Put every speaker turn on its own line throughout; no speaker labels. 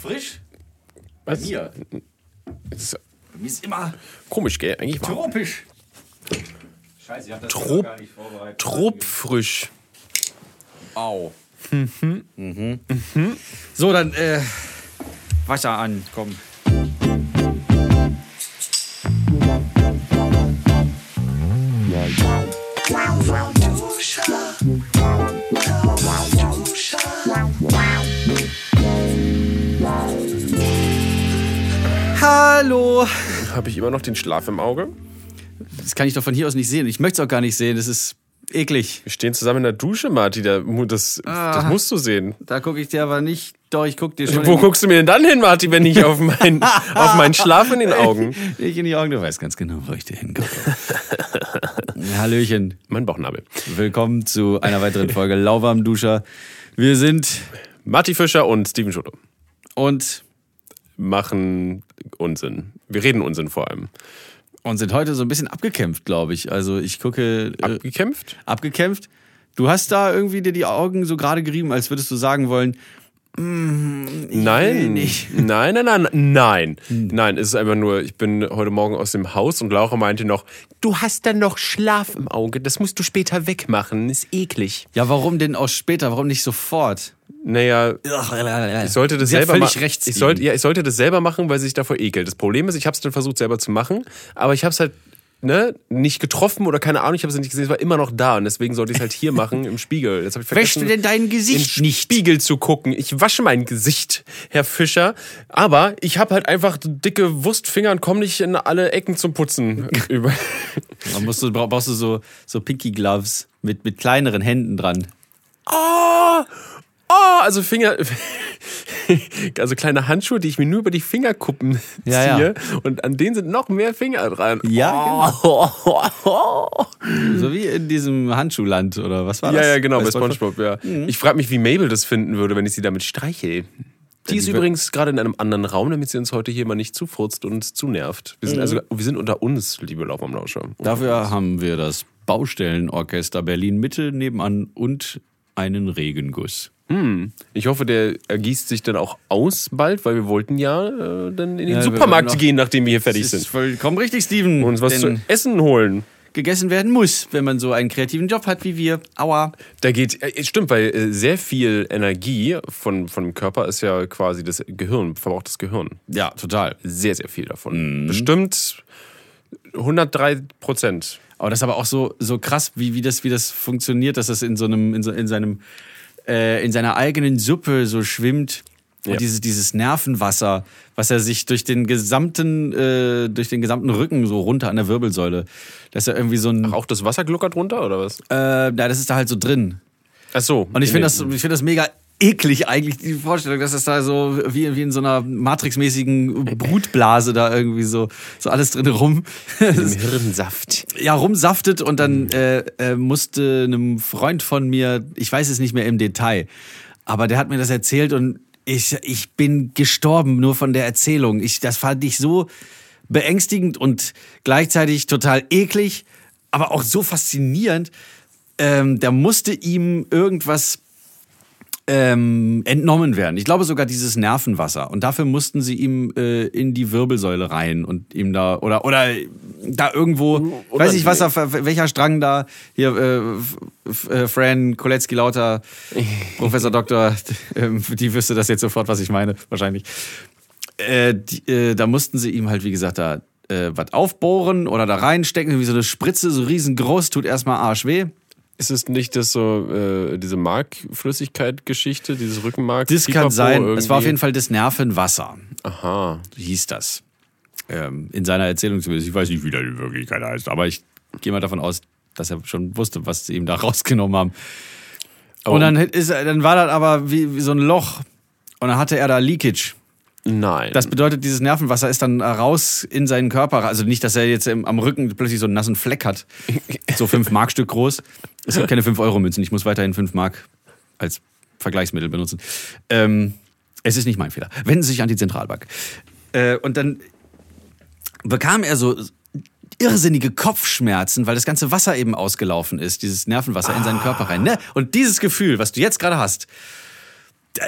Frisch?
Was?
Bei mir.
Das ist
Bei mir ist immer
komisch, gell? Eigentlich war
tropisch.
Scheiße, ich hab das
Trop-
gar nicht vorbereitet.
Tropfrisch.
Au.
So, dann äh, Wasser an, komm. Hallo.
Habe ich immer noch den Schlaf im Auge?
Das kann ich doch von hier aus nicht sehen. Ich möchte es auch gar nicht sehen. Das ist eklig.
Wir stehen zusammen in der Dusche, Marti. Da, mu- das, das musst du sehen.
Da gucke ich dir aber nicht. Doch, ich gucke dir schon.
Wo
in-
guckst du mir denn dann hin, Marti, wenn ich auf, mein, auf meinen Schlaf in den Augen?
Ich in die Augen, du weißt ganz genau, wo ich dir hingucke. Hallöchen,
Mein Bauchnabel.
willkommen zu einer weiteren Folge Lauwarm Duscher. Wir sind
Marti Fischer und Steven Schulte
und,
machen Unsinn. Wir reden Unsinn vor allem.
und sind heute so ein bisschen abgekämpft, glaube ich. Also ich gucke äh,
Abgekämpft?
abgekämpft. Du hast da irgendwie dir die Augen so gerade gerieben, als würdest du sagen wollen,
Nein.
nicht.
Nein, nein, nein, nein. Nein, es ist einfach nur, ich bin heute Morgen aus dem Haus und Laura meinte noch, du hast dann noch Schlaf im Auge, das musst du später wegmachen, ist eklig.
ja, warum denn auch später, warum nicht sofort?
Naja, ich sollte das
Sie hat
selber
völlig
ma-
recht,
Ich
Steven.
sollte, ja, ich sollte das selber machen, weil sie sich davor ekelt. Das Problem ist, ich habe es dann versucht selber zu machen, aber ich habe es halt ne, nicht getroffen oder keine Ahnung, ich habe es nicht gesehen, es war immer noch da und deswegen sollte ich es halt hier machen im Spiegel. Jetzt hab ich
Wäschst
vergessen,
du denn dein Gesicht
in den Spiegel zu gucken. Ich wasche mein Gesicht, Herr Fischer, aber ich habe halt einfach dicke Wurstfinger und komme nicht in alle Ecken zum Putzen über.
Dann musst du, bra- brauchst du so, so Pinky Gloves mit, mit kleineren Händen dran.
Oh, oh, also Finger. Also kleine Handschuhe, die ich mir nur über die Fingerkuppen
Ja, ja.
ziehe. Und an denen sind noch mehr Finger dran.
Ja,
oh.
So wie in diesem Handschuhland oder was war
Ja,
das?
ja, genau, bei
SpongeBob.
Spongebob, ja. Ich Mhm. frage mich, wie Mabel das finden würde, wenn ich sie damit streichel. Die ist
die wär-
übrigens gerade in einem anderen Raum, damit sie uns heute hier mal nicht zufurzt und zunervt. Wir sind also, wir sind unter uns, liebe Lauf am Lauscher.
Dafür haben wir das Baustellenorchester Berlin Mitte nebenan und einen Regenguss.
Ich hoffe, der ergießt sich dann auch aus bald, weil wir wollten ja äh, dann in den
wir wollen
Supermarkt
noch-
gehen, nachdem wir hier fertig
Das ist
sind.
vollkommen richtig, Steven.
Und was zu
denn
essen holen.
gegessen werden muss, wenn man so einen kreativen Job hat wie wir. Aua.
Da geht, äh, stimmt, weil äh, sehr viel Energie von, von dem Körper ist ja quasi das Gehirn, verbraucht das Gehirn.
Ja, total.
Sehr, sehr viel davon. Bestimmt 103 Prozent.
Aber das ist aber auch so, so krass, wie, wie, das, wie das funktioniert, dass das in so einem, in, so, in seinem, äh, in seiner eigenen Suppe so schwimmt. Und
Ja.
dieses, dieses Nervenwasser, was er sich durch den gesamten, äh, durch den gesamten Rücken so runter an der Wirbelsäule, dass er irgendwie so ein, äh,
Auch das Wasser gluckert runter oder was?
na, das ist da halt so drin.
Ach so.
Und ich finde das, ich finde das mega eklig eigentlich, die Vorstellung, dass das da so wie, wie in so einer matrixmäßigen Brutblase da irgendwie so, so alles drin rum.
Im Hirnsaft.
ja, rumsaftet und dann äh, äh, musste einem Freund von mir, ich weiß es nicht mehr im Detail, aber der hat mir das erzählt und ich, ich bin gestorben nur von der Erzählung. Ich, das fand ich so beängstigend und gleichzeitig total eklig, aber auch so faszinierend. Ähm, da musste ihm irgendwas ähm, entnommen werden. Ich glaube sogar dieses Nervenwasser. Und dafür mussten sie ihm äh, in die Wirbelsäule rein und ihm da oder oder da
Hm,
irgendwo, weiß ich was, da, welcher Strang da hier äh, F- F- äh, Fran Koletzki Lauter, Professor Doktor, ähm, die wüsste das jetzt sofort, was ich meine, wahrscheinlich. Äh, die, äh, da mussten sie ihm halt, wie gesagt, da äh, was aufbohren oder da reinstecken, irgendwie so eine Spritze, so riesengroß, tut erstmal arschweh.
Ist es nicht das so, äh, diese Markflüssigkeit-Geschichte, dieses Rückenmark?
Das kann
Pipapo
sein.
irgendwie?
Es war auf jeden Fall das Nervenwasser,
Aha.
hieß das. Ähm, in seiner Erzählung zumindest. Ich weiß nicht, wie der in Wirklichkeit heißt, aber ich gehe mal davon aus, dass er schon wusste, was sie ihm da rausgenommen haben.
Aber-
und dann, ist, er- dann war das aber wie, wie so ein Loch. Und dann hatte er da Leakage.
Nein.
Das bedeutet, dieses Nervenwasser ist dann äh, raus in seinen Körper. Also nicht, dass er jetzt im, am Rücken plötzlich so einen nassen Fleck hat. So 5 Mark Stück groß. Es gibt keine 5 Euro Münzen. Ich muss weiterhin 5 Mark als Vergleichsmittel benutzen. Ähm, es ist nicht mein Fehler. Wenden Sie sich an die Zentralbank. Äh, und dann bekam er so irrsinnige Kopfschmerzen, weil das ganze Wasser eben ausgelaufen ist, dieses Nervenwasser in seinen Körper rein. Ne? Und dieses Gefühl, was du jetzt gerade hast,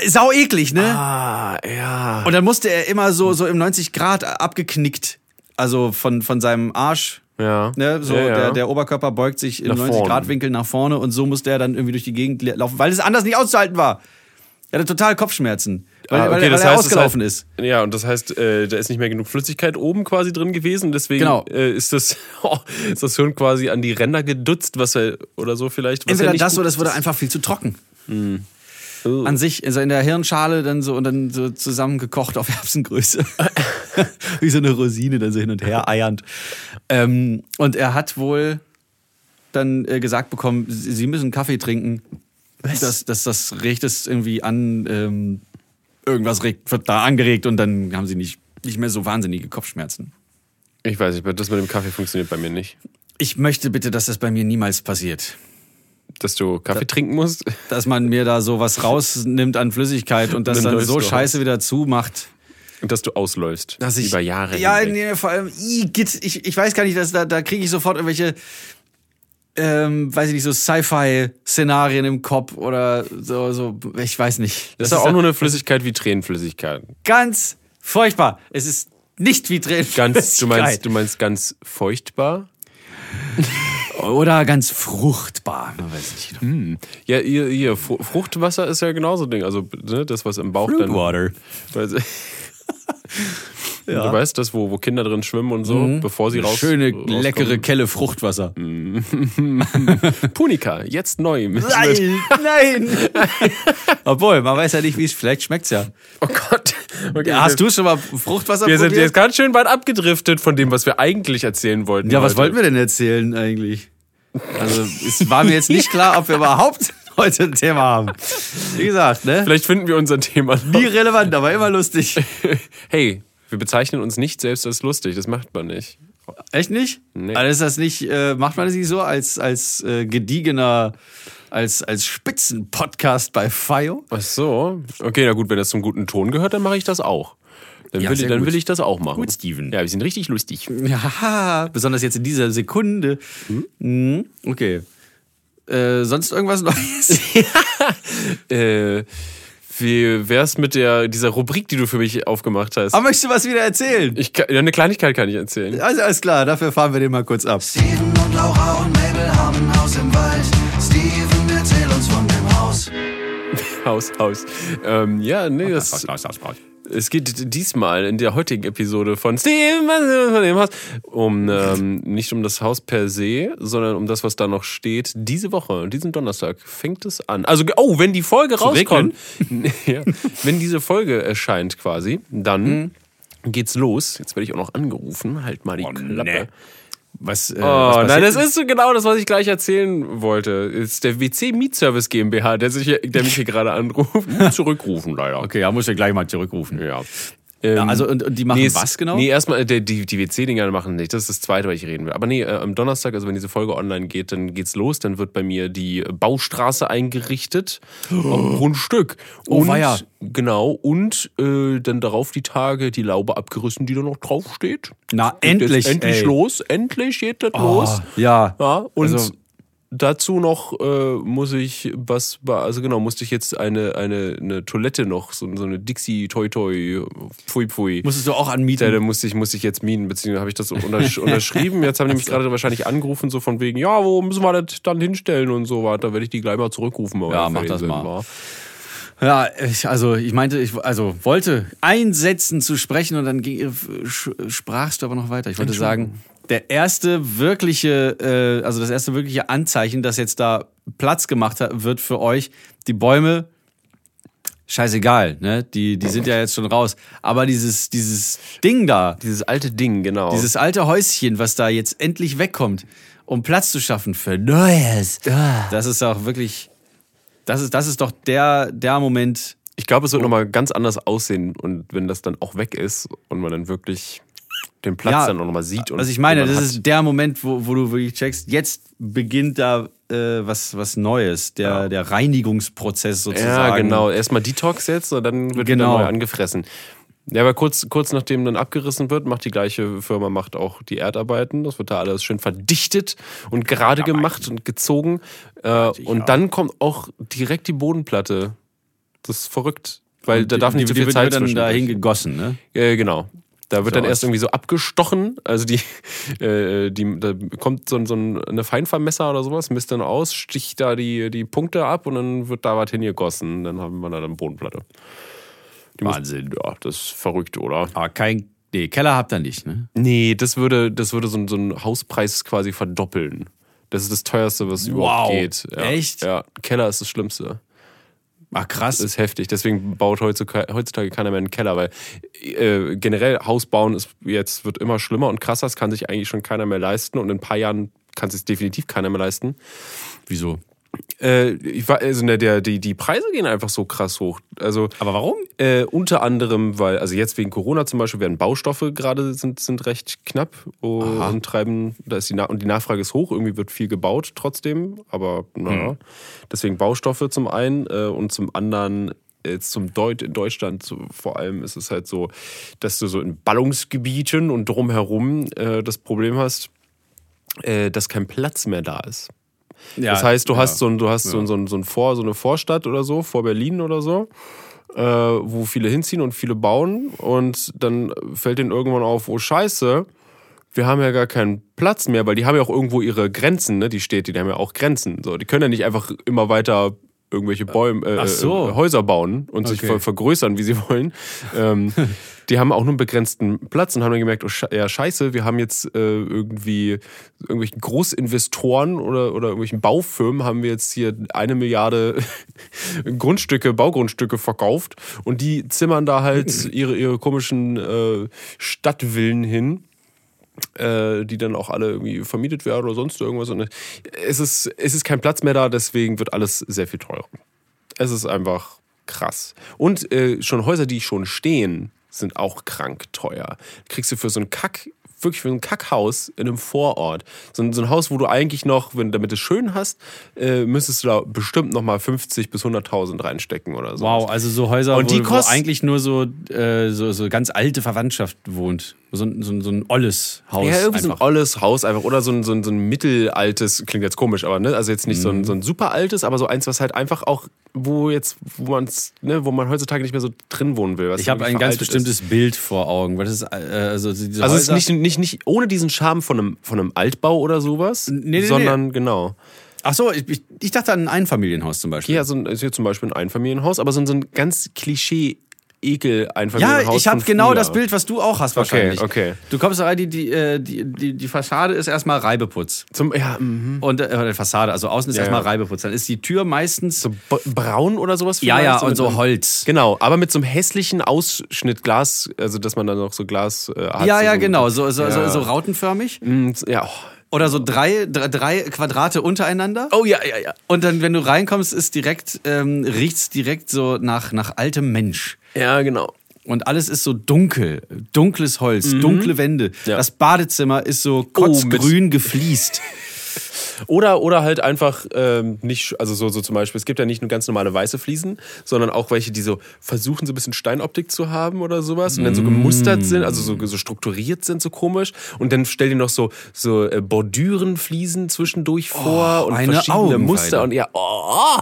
Sau eklig, ne?
Ah, ja.
Und dann musste er immer so, so im 90 Grad abgeknickt. Also von, von seinem Arsch.
Ja.
Ne, so
Ja, ja.
Der, der Oberkörper beugt sich im
Nach
90
vorne.
Grad Winkel nach vorne und so musste er dann irgendwie durch die Gegend le- laufen, weil es anders nicht auszuhalten war. Er hatte total Kopfschmerzen, weil,
Ah,
weil, weil er
heißt, es
ausgelaufen
hat-
ist.
Ja, und das heißt, äh, da ist nicht mehr genug Flüssigkeit oben quasi drin gewesen. Deswegen
Genau.
äh, ist, das, ist das Hirn quasi an die Ränder gedutzt, was er oder so vielleicht. Was
Entweder
ja nicht
das
gut
oder es wurde
ist.
einfach viel zu trocken.
Oh.
An sich, also in der Hirnschale dann so und dann so zusammengekocht auf Erbsengröße. Wie so eine Rosine, dann so hin und her eiernd. Ähm, und er hat wohl dann äh, gesagt bekommen, Sie Sie müssen Kaffee trinken. Das, das, das regt es irgendwie an, ähm, irgendwas regt, wird da angeregt und dann haben sie nicht, nicht mehr so wahnsinnige Kopfschmerzen.
Ich weiß nicht, das mit dem Kaffee funktioniert bei mir nicht.
Ich möchte bitte, dass das bei mir niemals passiert.
Dass du Kaffee trinken musst.
Dass man mir da sowas rausnimmt an Flüssigkeit und das
Dann
dann
läufst
so
du
scheiße wieder zumacht.
Und dass du ausläufst.
dass ich
über Jahre.
Ja,
hinweg.
nee, vor allem igitt, ich, ich weiß gar nicht, dass da da kriege ich sofort irgendwelche ähm, weiß ich nicht so Sci-Fi Szenarien im Kopf oder so so ich weiß nicht.
Das ist ja auch nur eine Flüssigkeit wie Tränenflüssigkeit.
ganz furchtbar. Es ist nicht wie Tränen.
Ganz, du meinst, du meinst ganz feuchtbar?
oder ganz fruchtbar. Man weiß nicht. genau.
Ja, ihr, ihr Fu- Fruchtwasser ist ja genauso ein Ding. Also ne, das, was im Bauch dann. Weil, Du weißt das, wo, wo Kinder drin schwimmen und so, bevor sie raus.
Schöne
rauskommen.
leckere Kelle Fruchtwasser.
Punika, jetzt neu. Mit, mit,
Nein, nein. Obwohl, man weiß ja nicht, wie es vielleicht schmeckt's ja.
oh Gott. Okay, wir-
Hast du schon mal Fruchtwasser
Wir
probiert?
sind jetzt ganz schön weit abgedriftet von dem, was wir eigentlich erzählen wollten.
Ja, was
heute.
wollten wir denn erzählen eigentlich? Also, es war mir jetzt nicht klar, ob wir überhaupt heute ein Thema haben. Wie gesagt, ne?
Vielleicht finden wir unser Thema. noch.
Nie relevant, aber immer lustig.
hey, wir bezeichnen uns nicht selbst als lustig. Das macht man nicht.
Echt nicht?
Nee.
Also ist das nicht, äh, macht man das nicht so als, als äh, gediegener, als, als Spitzenpodcast bei FIO?
Ach so. Okay, na gut, wenn das zum guten Ton gehört, dann mache ich das auch. Dann,
Ja,
will,
sehr
ich- dann
gut.
will ich das auch machen.
Gut, Steven.
Ja, wir sind richtig lustig.
Ja, besonders jetzt in dieser Sekunde. Mhm. Okay. Äh, sonst irgendwas Neues?
Äh, wie wär's mit der, dieser Rubrik, die du für mich aufgemacht hast?
Aber Ah, möchtest du was wieder erzählen?
Ich kann, ja, eine Kleinigkeit kann ich erzählen.
Also alles klar, dafür fahren wir den mal kurz ab.
Steven und Laura und Mabel haben ein Haus im Wald. Steven, erzähl uns von dem Haus.
Haus, Haus. Ähm, ja, nee, das,
Steven
es geht diesmal in der heutigen Episode von Steven was- von dem Haus um ähm, nicht um das Haus per se, sondern um das, was da noch steht. Diese Woche, diesen Donnerstag fängt es an. Also oh, wenn die Folge rauskommt, ja, wenn diese Folge erscheint quasi,
Mhm.
dann geht's los. Jetzt werde ich auch noch angerufen. Halt mal die Klappe.
Oh, nee. Was, äh, was
Oh,
passiert
nein, das
denn?
ist so genau das, was ich gleich erzählen wollte. Es Ist der WC Mietservice GmbH, der, sich hier, der mich hier gerade anruft. Zurückrufen leider.
Okay, ja, muss ja gleich mal zurückrufen.
Ja. Ähm,
Ja, also, und, und die machen
nee, es-
was genau?
Nee, erstmal, äh, die, die, die WC-Dinger machen nicht. Das ist das Zweite, was ich reden will. Aber nee, äh, am Donnerstag, also wenn diese Folge online geht, dann geht's los. Dann wird bei mir die Baustraße eingerichtet. Am Grundstück.
Oh,
Und,
weia.
Genau. Und äh, dann darauf die Tage die Laube abgerissen, die da noch draufsteht.
Na,
Geht jetzt
endlich,
Endlich
ey.
los. Endlich geht das
Oh,
los.
Ja.
Ja, und
Also-
dazu noch äh, muss ich was, war- also genau, musste ich jetzt eine, eine, eine Toilette noch, so, so eine Dixie Toi Toi, Pfui Pfui.
Musstest du auch anmieten?
Ja, da musste ich, musste ich jetzt mieten, beziehungsweise habe ich das untersch unterschrieben. Jetzt haben die mich gerade wahrscheinlich angerufen, so von wegen, ja, wo müssen wir das dann hinstellen und so weiter. Da werde ich die gleich mal zurückrufen. wenn
Ja,
wir
mach
fertig
das
sind,
mal.
wa?
Ja, ich, also ich meinte, ich also wollte einsetzen zu sprechen und dann ging, äh, sch, sprachst du aber noch weiter. Ich wollte sagen, der erste wirkliche, äh, also das erste wirkliche Anzeichen, dass jetzt da Platz gemacht ha- wird für euch, die Bäume, scheißegal, ne? Die, die sind ja jetzt schon raus. Aber dieses, dieses Ding da,
Dieses alte Ding, genau.
dieses alte Häuschen, was da jetzt endlich wegkommt, um Platz zu schaffen für Neues. Das ist auch wirklich, das ist, das ist doch der, der Moment.
ich glaube, es wird nochmal ganz anders aussehen und wenn das dann auch weg ist und man dann wirklich den Platz
Ja,
dann auch nochmal sieht. Und
Also ich meine,
den man
das
hat.
ist der Moment, wo, wo du wirklich checkst, jetzt beginnt da äh, was, was Neues, der,
Ja.
der Reinigungsprozess sozusagen.
Ja, genau. Erstmal Detox jetzt und dann wird
Genau.
wieder neu angefressen. Ja, aber kurz, kurz nachdem dann abgerissen wird, macht die gleiche Firma macht auch die Erdarbeiten. Das wird da alles schön verdichtet und gerade gemacht und gezogen. Äh, und dann kommt auch direkt die Bodenplatte Das ist verrückt. Weil da darf nicht
die,
so viel
die
Zeit
wird dann
zwischen.
dahin gegossen, ne?
Äh, genau. Da wird
So,
dann erst
als-
irgendwie so abgestochen. Also die, äh, die da kommt so, ein- so ein eine Feinvermesser oder sowas, misst dann aus, sticht da die, die Punkte ab und dann wird da was hingegossen. Dann haben wir da dann Bodenplatte. Die muss-
Wahnsinn.
ja, das ist verrückt, oder?
Aber Ah, kein, nee, Keller habt ihr nicht, ne?
Nee, das würde, das würde so, ein- so einen Hauspreis quasi verdoppeln. Das ist das teuerste, was überhaupt
Wow.
geht. Ja.
Echt?
Ja, Keller ist das Schlimmste.
Ach Ah,
Das
krass.
ist heftig. Deswegen baut heutzutage, heutzutage keiner mehr einen Keller, weil äh, generell Haus bauen ist jetzt wird immer schlimmer und krasser. Das kann sich eigentlich schon keiner mehr leisten und in ein paar Jahren kann sich definitiv keiner mehr leisten.
Wieso?
Äh, ich war, also ne, der, die, die Preise gehen einfach so krass hoch. Also
Aber warum?
äh, unter anderem, weil, also jetzt wegen Corona zum Beispiel, werden Baustoffe gerade sind, sind recht knapp oh, und treiben, da ist die, Na und die Nachfrage ist hoch, irgendwie wird viel gebaut trotzdem, aber naja. Deswegen Baustoffe zum einen äh, und zum anderen. Jetzt zum Deut in Deutschland so, vor allem ist es halt so, dass du so in Ballungsgebieten und drumherum äh, das Problem hast, äh, dass kein Platz mehr da ist.
Ja,
Das heißt, du
ja.
hast so ein, du hast so ein, so ein, so ein Vor, so eine Vorstadt oder so, vor Berlin oder so, äh, wo viele hinziehen und viele bauen und dann fällt denen irgendwann auf, oh Scheiße, wir haben ja gar keinen Platz mehr, weil die haben ja auch irgendwo ihre Grenzen, ne? Die Städte, die haben ja auch Grenzen. So, die können ja nicht einfach immer weiter irgendwelche Bäume, äh,
Ach so.
äh, Häuser bauen und sich
Okay.
ver vergrößern, wie sie wollen. Ähm, die haben auch nur einen begrenzten Platz und haben dann gemerkt, oh, sche- ja scheiße, wir haben jetzt äh, irgendwie irgendwelchen Großinvestoren oder, oder irgendwelchen Baufirmen haben wir jetzt hier eine Milliarde Grundstücke, Baugrundstücke verkauft und die zimmern da halt ihre, ihre komischen äh, Stadtvillen hin äh, die dann auch alle irgendwie vermietet werden oder sonst irgendwas. Und äh, es ist, es ist kein Platz mehr da, deswegen wird alles sehr viel teurer. Es ist einfach krass. Und äh, schon Häuser, die schon stehen, sind auch krank teuer. Kriegst du für so ein Kack, wirklich für so ein Kackhaus in einem Vorort, so ein, so ein Haus, wo du eigentlich noch, wenn damit du es schön hast, äh, müsstest du da bestimmt nochmal 50 bis 100.000 reinstecken oder so.
Wow, also so Häuser,
Und
wo,
die
wo
kosten-
eigentlich nur so, äh, so, so ganz alte Verwandtschaft wohnt. So, ein- so, ein- so ein olles Haus.
Ja, irgendwie so ein
einfach.
olles Haus einfach. Oder so ein, so ein, so ein mittelaltes, klingt jetzt komisch, aber ne, also jetzt nicht
Mhm.
so ein, so ein super altes, aber so eins, was halt einfach auch, wo jetzt, wo man's, ne, wo man heutzutage nicht mehr so drin wohnen will. was
ich habe
irgendwie
ein ganz
veraltet ist.
bestimmtes Bild vor Augen. Weil das ist, äh, also diese
Also es ist
Häuser,
nicht, nicht, nicht ohne diesen Charme von einem, von einem Altbau oder sowas,
Nee, nee,
sondern genau.
Ach so, ich, ich, ich dachte an ein Einfamilienhaus zum Beispiel.
Ja, so ein, ist hier zum Beispiel ein Einfamilienhaus, aber so ein, so ein ganz Klischee. Ekel
Ja,
Einfamilienhaus.
ich habe
von
genau
Also früher.
das Bild, was du auch hast wahrscheinlich.
okay.
Du kommst da rein, die, die, äh, die, die, die Fassade ist erstmal Reibeputz.
Zum, ja, mhm.
Und äh, die Fassade, also außen ist
Ja,
erstmal
ja.
Reibeputz. Dann ist die Tür meistens.
so b- braun oder sowas.
ja, ja,
vielleicht,
und
mit
so
einem-
Holz.
Genau, aber mit so einem hässlichen Ausschnitt Glas, also dass man dann noch so Glas äh, hat.
Ja,
so
ja,
so-
genau. So, so, so,
Ja.
so rautenförmig.
Mm, Ja. oh.
Oder so drei, drei, drei Quadrate untereinander.
Oh ja, ja, ja.
Und dann, wenn du reinkommst, ist direkt, ähm, riecht's direkt so nach, nach altem Mensch.
Ja, genau.
Und alles ist so dunkel, dunkles Holz, dunkle Wände.
Mhm. Ja. Oh,
Das Badezimmer ist so kotzgrün gefliest.
Oder, oder halt einfach ähm, nicht, also so, so zum Beispiel, es gibt ja nicht nur ganz normale weiße Fliesen, sondern auch welche, die so versuchen, so ein bisschen Steinoptik zu haben oder sowas und dann so
Mm.
gemustert sind, also so, so strukturiert sind, so komisch. Und dann stell dir noch so, so äh, Bordürenfliesen zwischendurch vor und
Oh, eine
verschiedene
Augenweide.
Muster und ja, oh,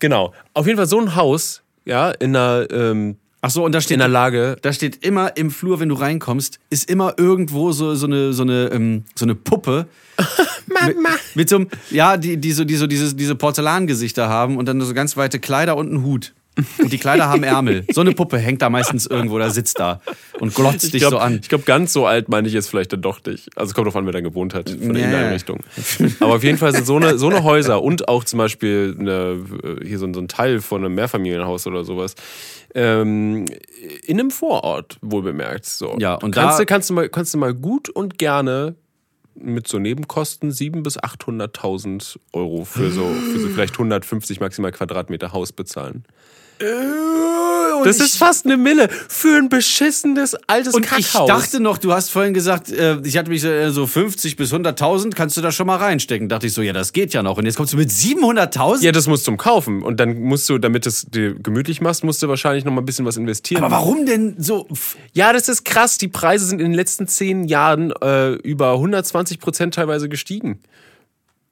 genau. Auf jeden Fall so ein Haus, ja, in einer, ähm,
Ach so, und da steht
in einer Lage,
Äh, Da steht immer im Flur, wenn du reinkommst, ist immer irgendwo so, so eine so eine ähm, so eine Puppe
Mama.
mit so einem ja die die so die so diese diese Porzellangesichter haben und dann so ganz weite Kleider und einen Hut. Und die Kleider haben Ärmel. So eine Puppe hängt da meistens irgendwo, da sitzt da und glotzt dich
Ich glaube,
so an.
glaub, ganz so alt meine ich jetzt vielleicht dann doch nicht. Also kommt drauf an, wer dann gewohnt hat von
Ja,
der
ja.
Inneneinrichtung. Aber auf jeden Fall sind so eine, so eine Häuser und auch zum Beispiel eine, äh, hier so ein, so ein Teil von einem Mehrfamilienhaus oder sowas. Ähm, in einem Vorort, wohl bemerkt. So.
Ja, und
kannst,
da-
du, kannst, du mal, kannst du mal gut und gerne mit so Nebenkosten 700.000 bis 800.000 Euro für so, für so vielleicht 150 maximal Quadratmeter Haus bezahlen.
Äh,
Das ist fast eine Mille für ein beschissenes altes
Und ich
Kackhaus.
dachte noch, du hast vorhin gesagt, äh, ich hatte mich äh, so 50 bis 100.000, kannst du da schon mal reinstecken. Dachte ich so, ja, das geht ja noch. Und jetzt kommst du mit 700.000?
Ja, das musst du zum Kaufen. Und dann musst du, damit du es dir gemütlich machst, musst du wahrscheinlich noch mal ein bisschen was investieren.
Aber warum denn so?
Ja, das ist krass. Die Preise sind in den letzten zehn Jahren äh, über 120 Prozent teilweise gestiegen.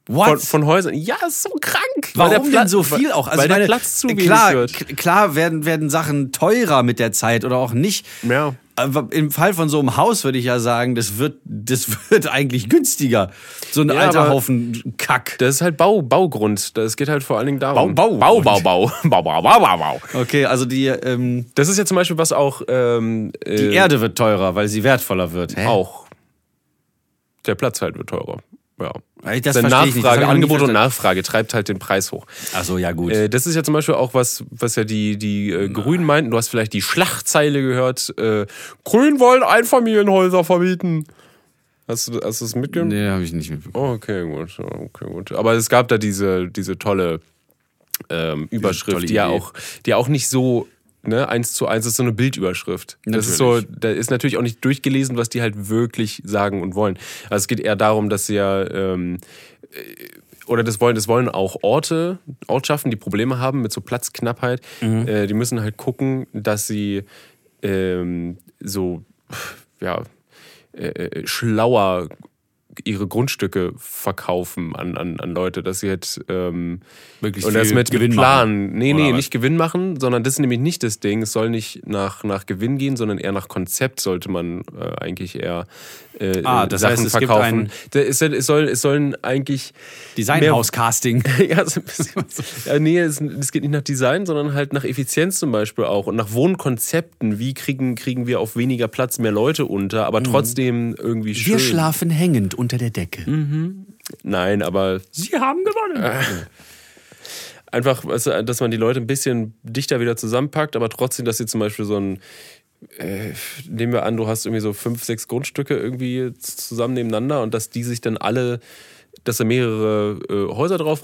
What?
Von, von Häusern. Ja, ist so krank. Weil
Warum
Pla-
denn so viel auch? Also
weil der
meine, äh,
Platz zu wenig
klar,
wird.
k- Klar werden, werden Sachen teurer mit der Zeit oder auch nicht.
Ja.
Aber im Fall von so einem Haus würde ich ja sagen, das wird, das wird eigentlich günstiger. So ein
Ja,
alter
aber-
Haufen Kack.
Das ist halt Bau, Baugrund. Das geht halt vor allen Dingen darum.
Bau-
Bau,
Baugrund.
Bau, Bau. Bau, Bau, Bau, Bau, Bau.
Okay, also die, ähm,
Das ist ja zum Beispiel was auch. Ähm,
die Erde wird teurer, weil sie wertvoller wird. Hä?
Auch. Der Platz halt wird teurer. Ja.
Ey, das
Denn
verstehe ich nicht. Das habe ich
Nachfrage,
noch nie
Angebot und
verstanden.
Nachfrage treibt halt den Preis hoch.
Also ja gut.
Äh, das ist ja zum Beispiel auch was, was ja die, die äh, Grünen meinten. Du hast vielleicht die Schlachtzeile gehört. Äh, Grün wollen Einfamilienhäuser verbieten. Hast du, hast du das mitgenommen?
nee, habe ich nicht mitbekommen.
Oh, okay, gut. Ja, Okay, gut. Aber es gab da diese, diese tolle ähm, Überschrift,
tolle
die ja
Idee.
auch, die ja auch nicht so ne, eins zu eins ist, so eine Bildüberschrift. Das ist so,
Natürlich.
da ist natürlich auch nicht durchgelesen, was die halt wirklich sagen und wollen. Also es geht eher darum, dass sie ja ähm, äh, oder das wollen, das wollen auch Orte, Ortschaften, die Probleme haben mit so Platzknappheit. Äh, die müssen halt gucken, dass sie ähm, so ja äh, schlauer ihre Grundstücke verkaufen an, an, an Leute, dass sie halt ähm,
Möglichst
und das
viel
mit, mit
Gewinn
Plan. Nee,
Oder
nee,
was?
nicht Gewinn machen, sondern das ist nämlich nicht das Ding. Es soll nicht nach, nach Gewinn gehen, sondern eher nach Konzept sollte man äh, eigentlich eher äh,
Ah, das
Sachen
heißt, es gibt
verkaufen.
ein-
Da- Es, soll- es, soll, es sollen eigentlich
Designhaus-Casting.
ja, so ein bisschen. Ja, nee, es, es geht nicht nach Design, sondern halt nach Effizienz zum Beispiel auch und nach Wohnkonzepten. Wie kriegen, kriegen wir auf weniger Platz mehr Leute unter, aber trotzdem irgendwie schön.
Mhm. Wir schlafen hängend unter der Decke.
Hm. Nein, aber Äh,
Sie haben gewonnen.
einfach, weißt du, dass man die Leute ein bisschen dichter wieder zusammenpackt, aber trotzdem, dass sie zum Beispiel so ein, äh, nehmen wir an, du hast irgendwie so fünf, sechs Grundstücke irgendwie zusammen nebeneinander und dass die sich dann alle, dass da mehrere äh, Häuser drauf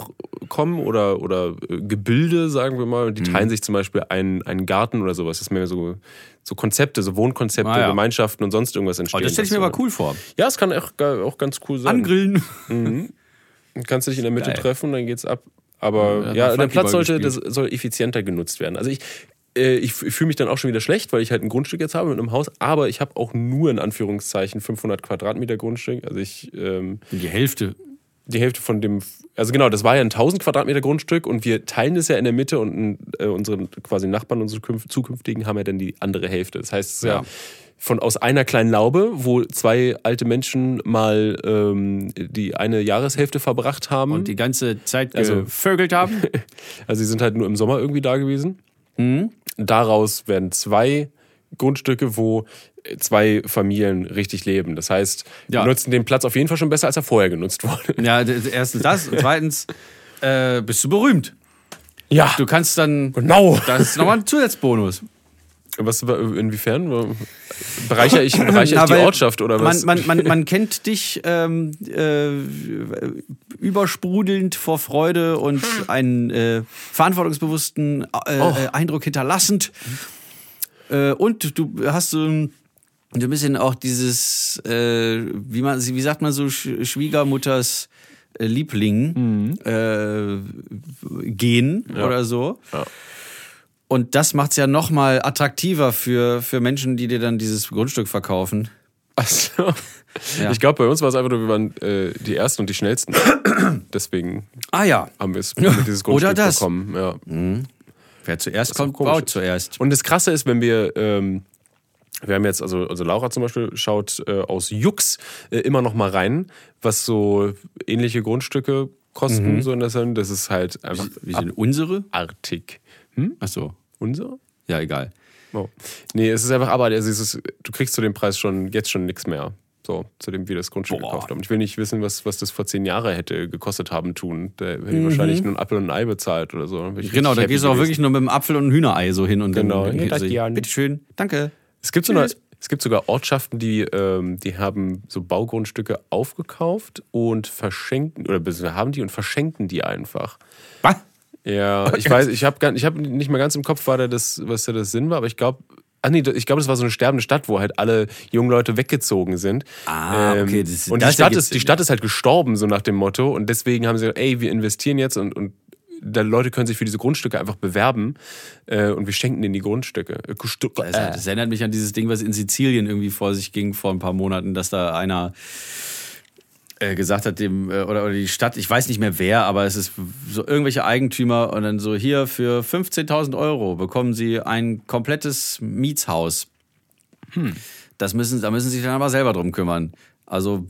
kommen oder, oder äh, Gebilde, sagen wir mal, und
Mhm.
die teilen sich zum Beispiel einen, einen Garten oder sowas. Das sind mehr so, so Konzepte, so Wohnkonzepte,
Ah, ja.
Gemeinschaften und sonst irgendwas entstehen.
Oh, das stelle ich mir
lassen.
aber cool vor.
Ja, es kann auch, auch ganz cool sein.
Angrillen.
Kannst du dich in der Mitte
Geil.
treffen, dann geht's ab. Aber
Ja, hat
ja,
man
der
Flunkyball
Platz sollte, das
gespielt.
soll effizienter genutzt werden. Also ich, äh, ich f- ich fühle mich dann auch schon wieder schlecht, weil ich halt ein Grundstück jetzt habe mit einem Haus, aber ich habe auch nur in Anführungszeichen 500 Quadratmeter Grundstück. Also ich ähm,
Die Hälfte.
die Hälfte von dem, also genau, das war ja ein 1000 Quadratmeter Grundstück und wir teilen es ja in der Mitte und äh, unsere quasi Nachbarn, unsere künf- zukünftigen haben ja dann die andere Hälfte. Das heißt, es ist ja,
Ja.
von aus einer kleinen Laube, wo zwei alte Menschen mal ähm, die eine Jahreshälfte verbracht haben.
Und die ganze Zeit
Also-
gevögelt haben.
Also sie sind halt nur im Sommer irgendwie da gewesen. Mhm. Daraus werden zwei Grundstücke, wo äh, zwei Familien richtig leben. Das heißt,
Ja.
wir nutzen den Platz auf jeden Fall schon besser, als er vorher genutzt wurde.
Ja, d- erstens das. Und zweitens äh, bist du berühmt.
Ja,
Du kannst dann.
genau.
Das ist nochmal ein Zusatzbonus.
Was, inwiefern? Bereichere ich, bereichere ich die
Aber
Ortschaft oder was?
Man, man, man, man kennt dich ähm, äh, übersprudelnd vor Freude und
Hm.
einen äh, verantwortungsbewussten äh,
Oh.
äh, Eindruck hinterlassend.
Hm.
Äh, und du hast so ein so ein bisschen auch dieses, äh, wie, man, wie sagt man so, Sch- Schwiegermutters äh,
Mhm.
Liebling äh, gehen oder so. Und das macht's ja noch mal attraktiver für, für Menschen, die dir dann dieses Grundstück verkaufen.
Ach so.
Ja.
Ich glaube, bei uns war es einfach nur, wir waren äh, die Ersten und die Schnellsten. Deswegen
Ah ja.
haben wir es mit dieses
Oder
Grundstück
das.
bekommen. Ja.
Wer zuerst kommt,
komisch.
baut zuerst.
Und das Krasse ist, wenn wir, ähm, wir haben jetzt, also, also Laura zum Beispiel schaut äh, aus Jux äh, immer noch mal rein, was so ähnliche Grundstücke kosten, so in der Sinn. Das ist halt einfach
Mhm. Wie sind unsere?
abartig.
Ach so.
Unser?
Ja, egal.
Oh. Nee, es ist einfach Arbeit. Also es ist, du kriegst zu dem Preis schon jetzt schon nichts mehr. So, zu dem wir das Grundstück
Boah.
gekauft haben. Ich will nicht wissen, was, was das vor zehn Jahren hätte gekostet haben tun. Da hätte ich wahrscheinlich nur ein Apfel und ein Ei bezahlt oder so. Dann wäre ich
Mhm. Genau,
richtig
da
happy
gehst du auch
gewesen.
wirklich nur mit einem Apfel und einem Hühnerei so hin und
Genau.
dann.
Ja,
Bitte
das
schön,
gern.
Bitteschön, danke.
Es gibt, sogar, es gibt sogar Ortschaften, die, ähm, die haben so Baugrundstücke aufgekauft und verschenken, oder beziehungsweise haben die und verschenken die einfach.
Was?
Ja, ich weiß, ich habe ich hab nicht mehr ganz im Kopf, war da das, was da das Sinn war, aber ich glaube, ah nee, ich glaube, das war so eine sterbende Stadt, wo halt alle jungen Leute weggezogen sind. Ähm,
Ah, okay, das-
und
das
die, Stadt
ergibt
ist, die
Sinn.
Stadt ist halt gestorben, so nach dem Motto. Und deswegen haben sie gesagt, ey, wir investieren jetzt und, und da Leute können sich für diese Grundstücke einfach bewerben äh, und wir schenken denen die Grundstücke. Äh, Grundstücke.
Das, halt, das erinnert mich an dieses Ding, was in Sizilien irgendwie vor sich ging vor ein paar Monaten, dass da einer äh, gesagt hat, dem, äh, oder, oder die Stadt, ich weiß nicht mehr wer, aber es ist so irgendwelche Eigentümer und dann so hier für 15.000 Euro bekommen sie ein komplettes Mietshaus. Das müssen, da müssen sie sich dann aber selber drum kümmern. Also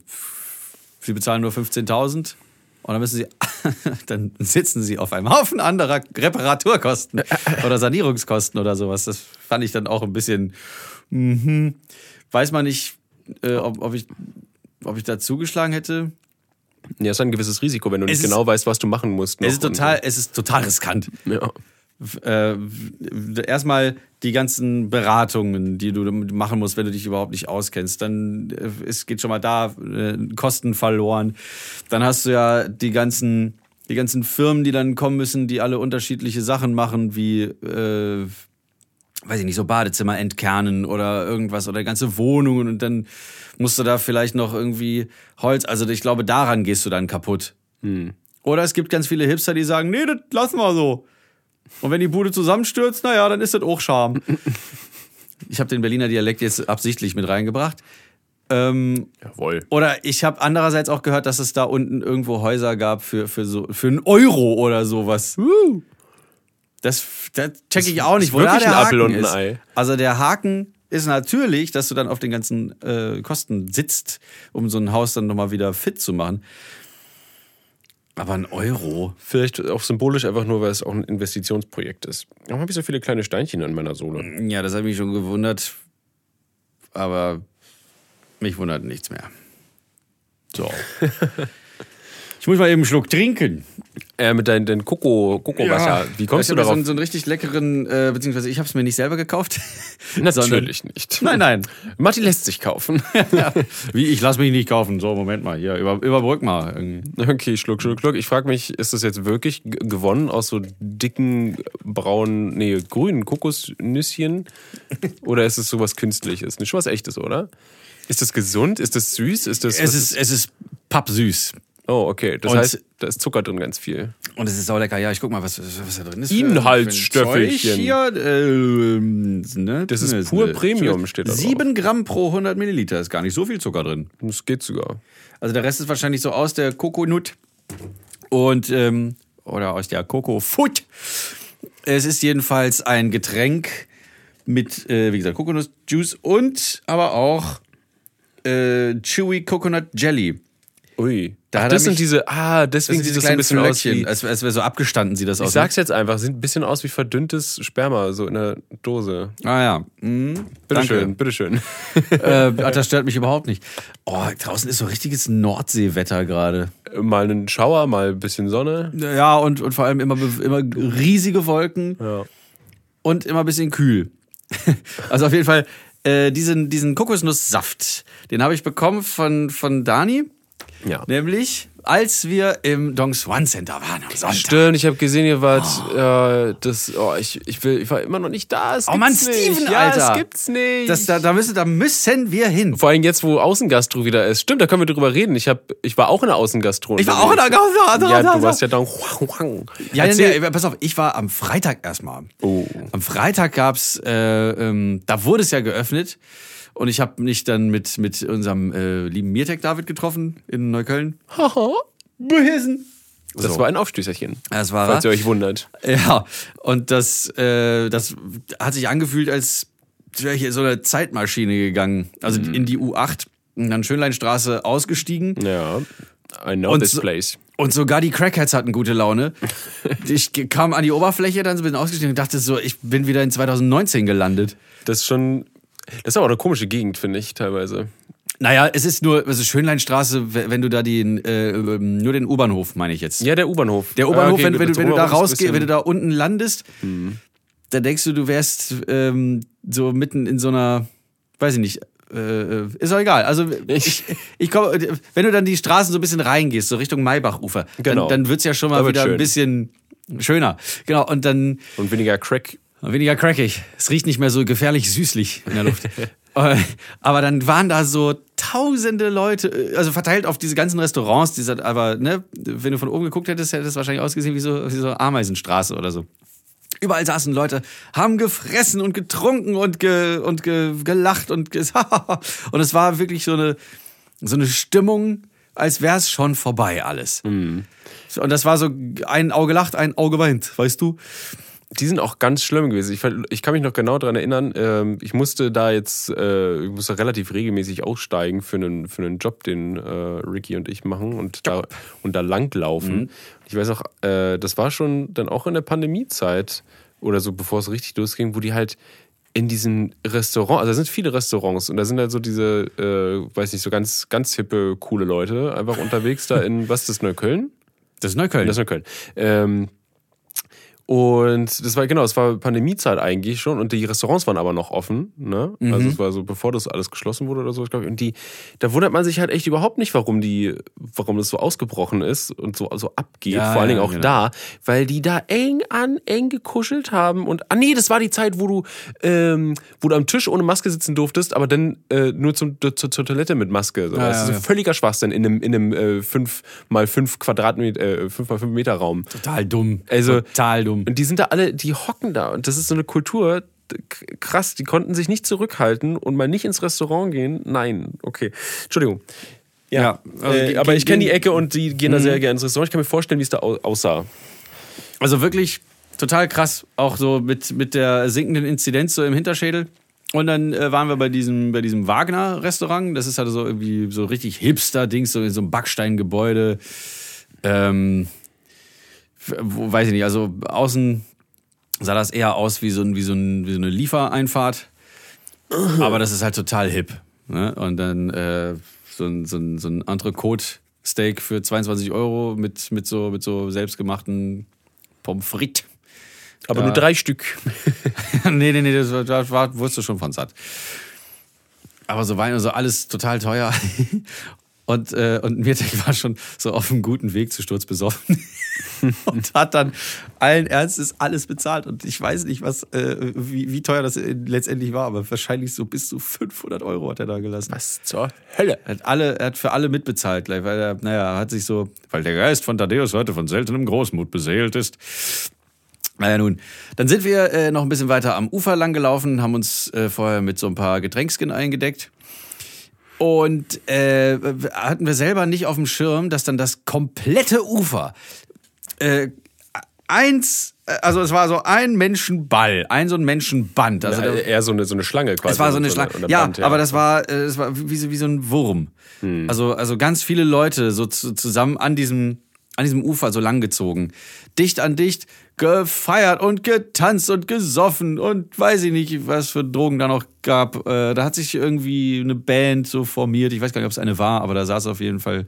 sie bezahlen nur 15.000 und dann müssen sie, dann sitzen sie auf einem Haufen anderer Reparaturkosten oder Sanierungskosten oder sowas. Das fand ich dann auch ein bisschen, mhm. weiß man nicht, äh, ob, ob ich, ob ich da zugeschlagen hätte.
Ja, ist ein gewisses Risiko, wenn du
Es
nicht
ist-
genau weißt, was du machen musst.
Es
noch
ist
und-
total, es ist total riskant.
Ja.
äh, w- erstmal die ganzen Beratungen, die du machen musst, wenn du dich überhaupt nicht auskennst. Dann äh, es geht schon mal da äh, Kosten verloren. Dann hast du ja die ganzen die ganzen Firmen, die dann kommen müssen, die alle unterschiedliche Sachen machen, wie äh, weiß ich nicht, so Badezimmer entkernen oder irgendwas oder ganze Wohnungen und dann musst du da vielleicht noch irgendwie Holz. Also ich glaube, daran gehst du dann kaputt. Oder es gibt ganz viele Hipster, die sagen, nee, das lassen wir so. Und wenn die Bude zusammenstürzt, naja, dann ist das auch Scham. Ich habe den Berliner Dialekt jetzt absichtlich mit reingebracht. Ähm,
Jawohl.
oder ich habe andererseits auch gehört, dass es da unten irgendwo Häuser gab für, für, so, für einen Euro oder sowas. Das, das check ich auch nicht,
ist
wo da
wirklich
der
ein
Haken
Appel und ein
ist.
Ei.
Also der Haken ist natürlich, dass du dann auf den ganzen äh, Kosten sitzt, um so ein Haus dann nochmal wieder fit zu machen. Aber ein Euro.
Vielleicht auch symbolisch einfach nur, weil es auch ein Investitionsprojekt ist. Warum habe ich so viele kleine Steinchen an meiner Sohle?
Ja, das hat mich schon gewundert. Aber mich wundert nichts mehr. So. ich muss mal eben einen Schluck trinken.
Äh, mit deinem dein Koko, Kokowasser.
ich
Wie kommst du
hab mir So
darauf?
einen, so einen richtig leckeren, äh, beziehungsweise ich habe es mir nicht selber gekauft.
Natürlich nicht.
Nein, nein.
Matti lässt sich kaufen.
Wie, ich lass mich nicht kaufen. So, Moment mal, hier, über, überbrück mal. Irgendwie.
Okay, Schluck, Schluck, Schluck. Ich frage mich, ist das jetzt wirklich g- gewonnen aus so dicken, braunen, nee, grünen Kokosnüsschen? Oder ist es sowas Künstliches? Nicht schon was Echtes, oder? Ist das gesund? Ist das süß? Ist das.
Es
was
ist, es ist pappsüß.
oh, okay. Das
Und-
heißt, da ist Zucker drin ganz viel.
Und es ist saulecker. Ja, ich guck mal, was, was da drin ist.
Inhaltsstöffelchen.
Für ein Zeug hier, ähm, ne?
Das ist
Ne,
pur
ne-
Premium, steht da drauf.
7 Gramm pro 100 Milliliter ist gar nicht so viel Zucker drin.
Das geht sogar.
Also der Rest ist wahrscheinlich so aus der Kokonut und ähm, oder aus der Kokofut. Es ist jedenfalls ein Getränk mit, äh, wie gesagt, Kokonussjuice und aber auch äh, Chewy Coconut Jelly.
Ui.
Da
Ach,
hat er
das sind
mich-
diese. Ah,
Das
deswegen
sind
sieht
diese
das so ein
kleinen Also
bisschen aus
Flöckchen.
wie.
Als, als wäre so abgestanden sieht das aus.
Ich sag's jetzt einfach, sieht ein bisschen aus wie verdünntes Sperma, so in der Dose.
ne? Ah ja. Mhm.
Bitteschön, bitteschön.
Danke. Äh, das stört mich überhaupt nicht. Oh, draußen ist so richtiges Nordseewetter gerade.
Mal einen Schauer, mal ein bisschen Sonne.
Ja, und, und vor allem immer, be- immer riesige Wolken.
Ja.
und immer ein bisschen kühl. also auf jeden Fall äh, diesen, diesen Kokosnusssaft, den habe ich bekommen von, von Dani,
Ja.
nämlich als wir im Dong Swan Center waren am Sonntag.
Stimmt, ich habe gesehen, ihr wart äh, das. Oh, ich, ich, will, ich war immer noch nicht da. Es
Oh
gibt's
Mann,
nicht.
Steven,
ja,
Alter.
Es gibt's nicht.
Das, da, da, müssen, da müssen wir hin.
Vor allem jetzt, wo Außengastro wieder ist. Stimmt, da können wir drüber reden. Ich, hab, ich war auch in der Außengastro.
Ich war auch in der Gausa.
Ja, du warst ja da. Huang, huang.
Ja, nee,
Erzähl.
nee, pass auf, ich war am Freitag erstmal.
Oh.
Am Freitag gab's, äh, ähm, da wurde es ja geöffnet und ich habe mich dann mit mit unserem äh, lieben Mirtek David getroffen in Neukölln.
Haha.
Behissen.
Das
So.
war ein Aufstößerchen.
Das war
Falls
er.
ihr euch wundert.
Ja, und das, äh, das hat sich angefühlt, als wäre ich in so eine Zeitmaschine gegangen. Also
Mhm.
in die U8 und dann Schönleinstraße ausgestiegen.
Ja. I know
Und
this
so-
place.
Und sogar die Crackheads hatten gute Laune. Ich ge- kam an die Oberfläche, dann so ein bisschen ausgestiegen und dachte so, ich bin wieder in 2019 gelandet.
Das ist schon. Das ist aber auch eine komische Gegend, finde ich, teilweise.
Naja, es ist nur, also Schönleinstraße, we- wenn du da den, äh, ähm, nur den U-Bahnhof meine ich jetzt.
Ja, der U-Bahnhof.
Der U-Bahnhof,
Ah, okay,
wenn, wenn,
das
du, wenn du da
U-Bahnhof ist ein
rausgehst, wenn du
bisschen-
da unten landest, dann denkst du, du wärst ähm, so mitten in so einer, weiß ich nicht, äh, ist auch egal. Also ich, ich komme, wenn du dann die Straßen so ein bisschen reingehst, so Richtung Maybachufer,
Genau.
dann, dann wird's ja schon mal
Da wird's
wieder ein
schön.
bisschen schöner. Genau, und dann
Und weniger Crack.
Weniger crackig. Es riecht nicht mehr so gefährlich süßlich in der Luft. Äh, aber dann waren da so tausende Leute, äh, also verteilt auf diese ganzen Restaurants, die sind aber, ne, wenn du von oben geguckt hättest, hätte es wahrscheinlich ausgesehen wie so, wie so Ameisenstraße oder so. Überall saßen Leute, haben gefressen und getrunken und, ge, und ge, gelacht und ges- und es war wirklich so eine, so eine Stimmung, als wär's schon vorbei alles. So, Und das war so ein Auge lacht, ein Auge weint, weißt du?
die sind auch ganz schlimm gewesen. Ich, ver- ich kann mich noch genau daran erinnern, ähm, ich musste da jetzt, äh, ich musste relativ regelmäßig aussteigen für einen, für einen Job, den äh, Ricky und ich machen und, da, und da langlaufen. Ich weiß auch, äh, das war schon dann auch in der Pandemiezeit oder so, bevor es richtig losging, wo die halt in diesen Restaurants, also da sind viele Restaurants und da sind halt so diese, äh, weiß nicht, so ganz, ganz hippe, coole Leute einfach unterwegs da in, was ist das, Neukölln?
Das ist Neukölln.
Das war Köln. Ähm, und das war, genau, es war Pandemiezeit eigentlich schon und die Restaurants waren aber noch offen, ne?
Mhm.
Also es war so, bevor das alles geschlossen wurde oder so, ich glaube ich. Und die, da wundert man sich halt echt überhaupt nicht, warum die, warum das so ausgebrochen ist und so so abgeht,
Ja,
vor allen Dingen
ja,
auch
genau.
da, weil die da eng an eng gekuschelt haben und, ah nee, das war die Zeit, wo du, ähm, wo du am Tisch ohne Maske sitzen durftest, aber dann äh, nur zum, zur, zur Toilette mit Maske. So. das
ja,
ist so
ja.
völliger Schwachsinn in einem, in einem äh, 5 mal 5 Quadratmeter, äh, 5 mal 5 Meter Raum.
Total dumm.
Also-
total dumm.
Und die sind da alle, die hocken da. Und das ist so eine Kultur, k- krass, die konnten sich nicht zurückhalten und mal nicht ins Restaurant gehen. Nein, okay. Entschuldigung.
Ja, also
äh,
ge- Mhm.
aber ich
gegen-
kenne die Ecke und die gehen da sehr gerne ins Restaurant. Ich kann mir vorstellen, wie es da au- aussah.
Also wirklich total krass, auch so mit, mit der sinkenden Inzidenz so im Hinterschädel. Und dann äh, waren wir bei diesem, bei diesem Wagner-Restaurant. Das ist halt so irgendwie so richtig Hipster-Dings, so in so einem Backsteingebäude. Ähm, f- wo, weiß ich nicht, also außen sah das eher aus wie so, ein, wie so, ein, wie so eine Liefereinfahrt. Aber das ist halt total hip. Ne? Und dann äh, so ein, so ein, so ein Entrecote-Steak für 22 Euro mit, mit, so, mit so selbstgemachten Pommes frites.
Aber
Ja.
nur drei Stück.
nee, nee, nee, das, war- das war, wurdest du schon von satt. Aber so Wein und so alles total teuer. Und, äh, und Mirtek war schon so auf einem guten Weg zu Sturz besoffen. und hat dann allen Ernstes alles bezahlt. Und ich weiß nicht, was, äh, wie, wie teuer das äh, letztendlich war, aber wahrscheinlich so bis zu 500 Euro hat er da gelassen.
Was zur Hölle?
Er hat, alle, er hat für alle mitbezahlt, gleich, weil er, naja, hat sich so, weil der Geist von Thaddeus heute von seltenem Großmut beseelt ist. Naja, nun, dann sind wir äh, noch ein bisschen weiter am Ufer lang gelaufen, haben uns äh, vorher mit so ein paar Getränkskin eingedeckt. Und äh, hatten wir selber nicht auf dem Schirm, dass dann das komplette Ufer äh, eins, also es war so ein Menschenball, ein so ein Menschenband. Also da-
Also eher so eine, so eine Schlange quasi.
es war so eine
Schlange.
Schlange. Ja, aber das war, äh, es war wie, so- wie so ein Wurm. Also, also ganz viele Leute so zu, zusammen an diesem, an diesem Ufer so langgezogen. Dicht an dicht gefeiert und getanzt und gesoffen und weiß ich nicht, was für Drogen da noch gab. Äh, da hat sich irgendwie eine Band so formiert. Ich weiß gar nicht, ob es eine war, aber da saß auf jeden Fall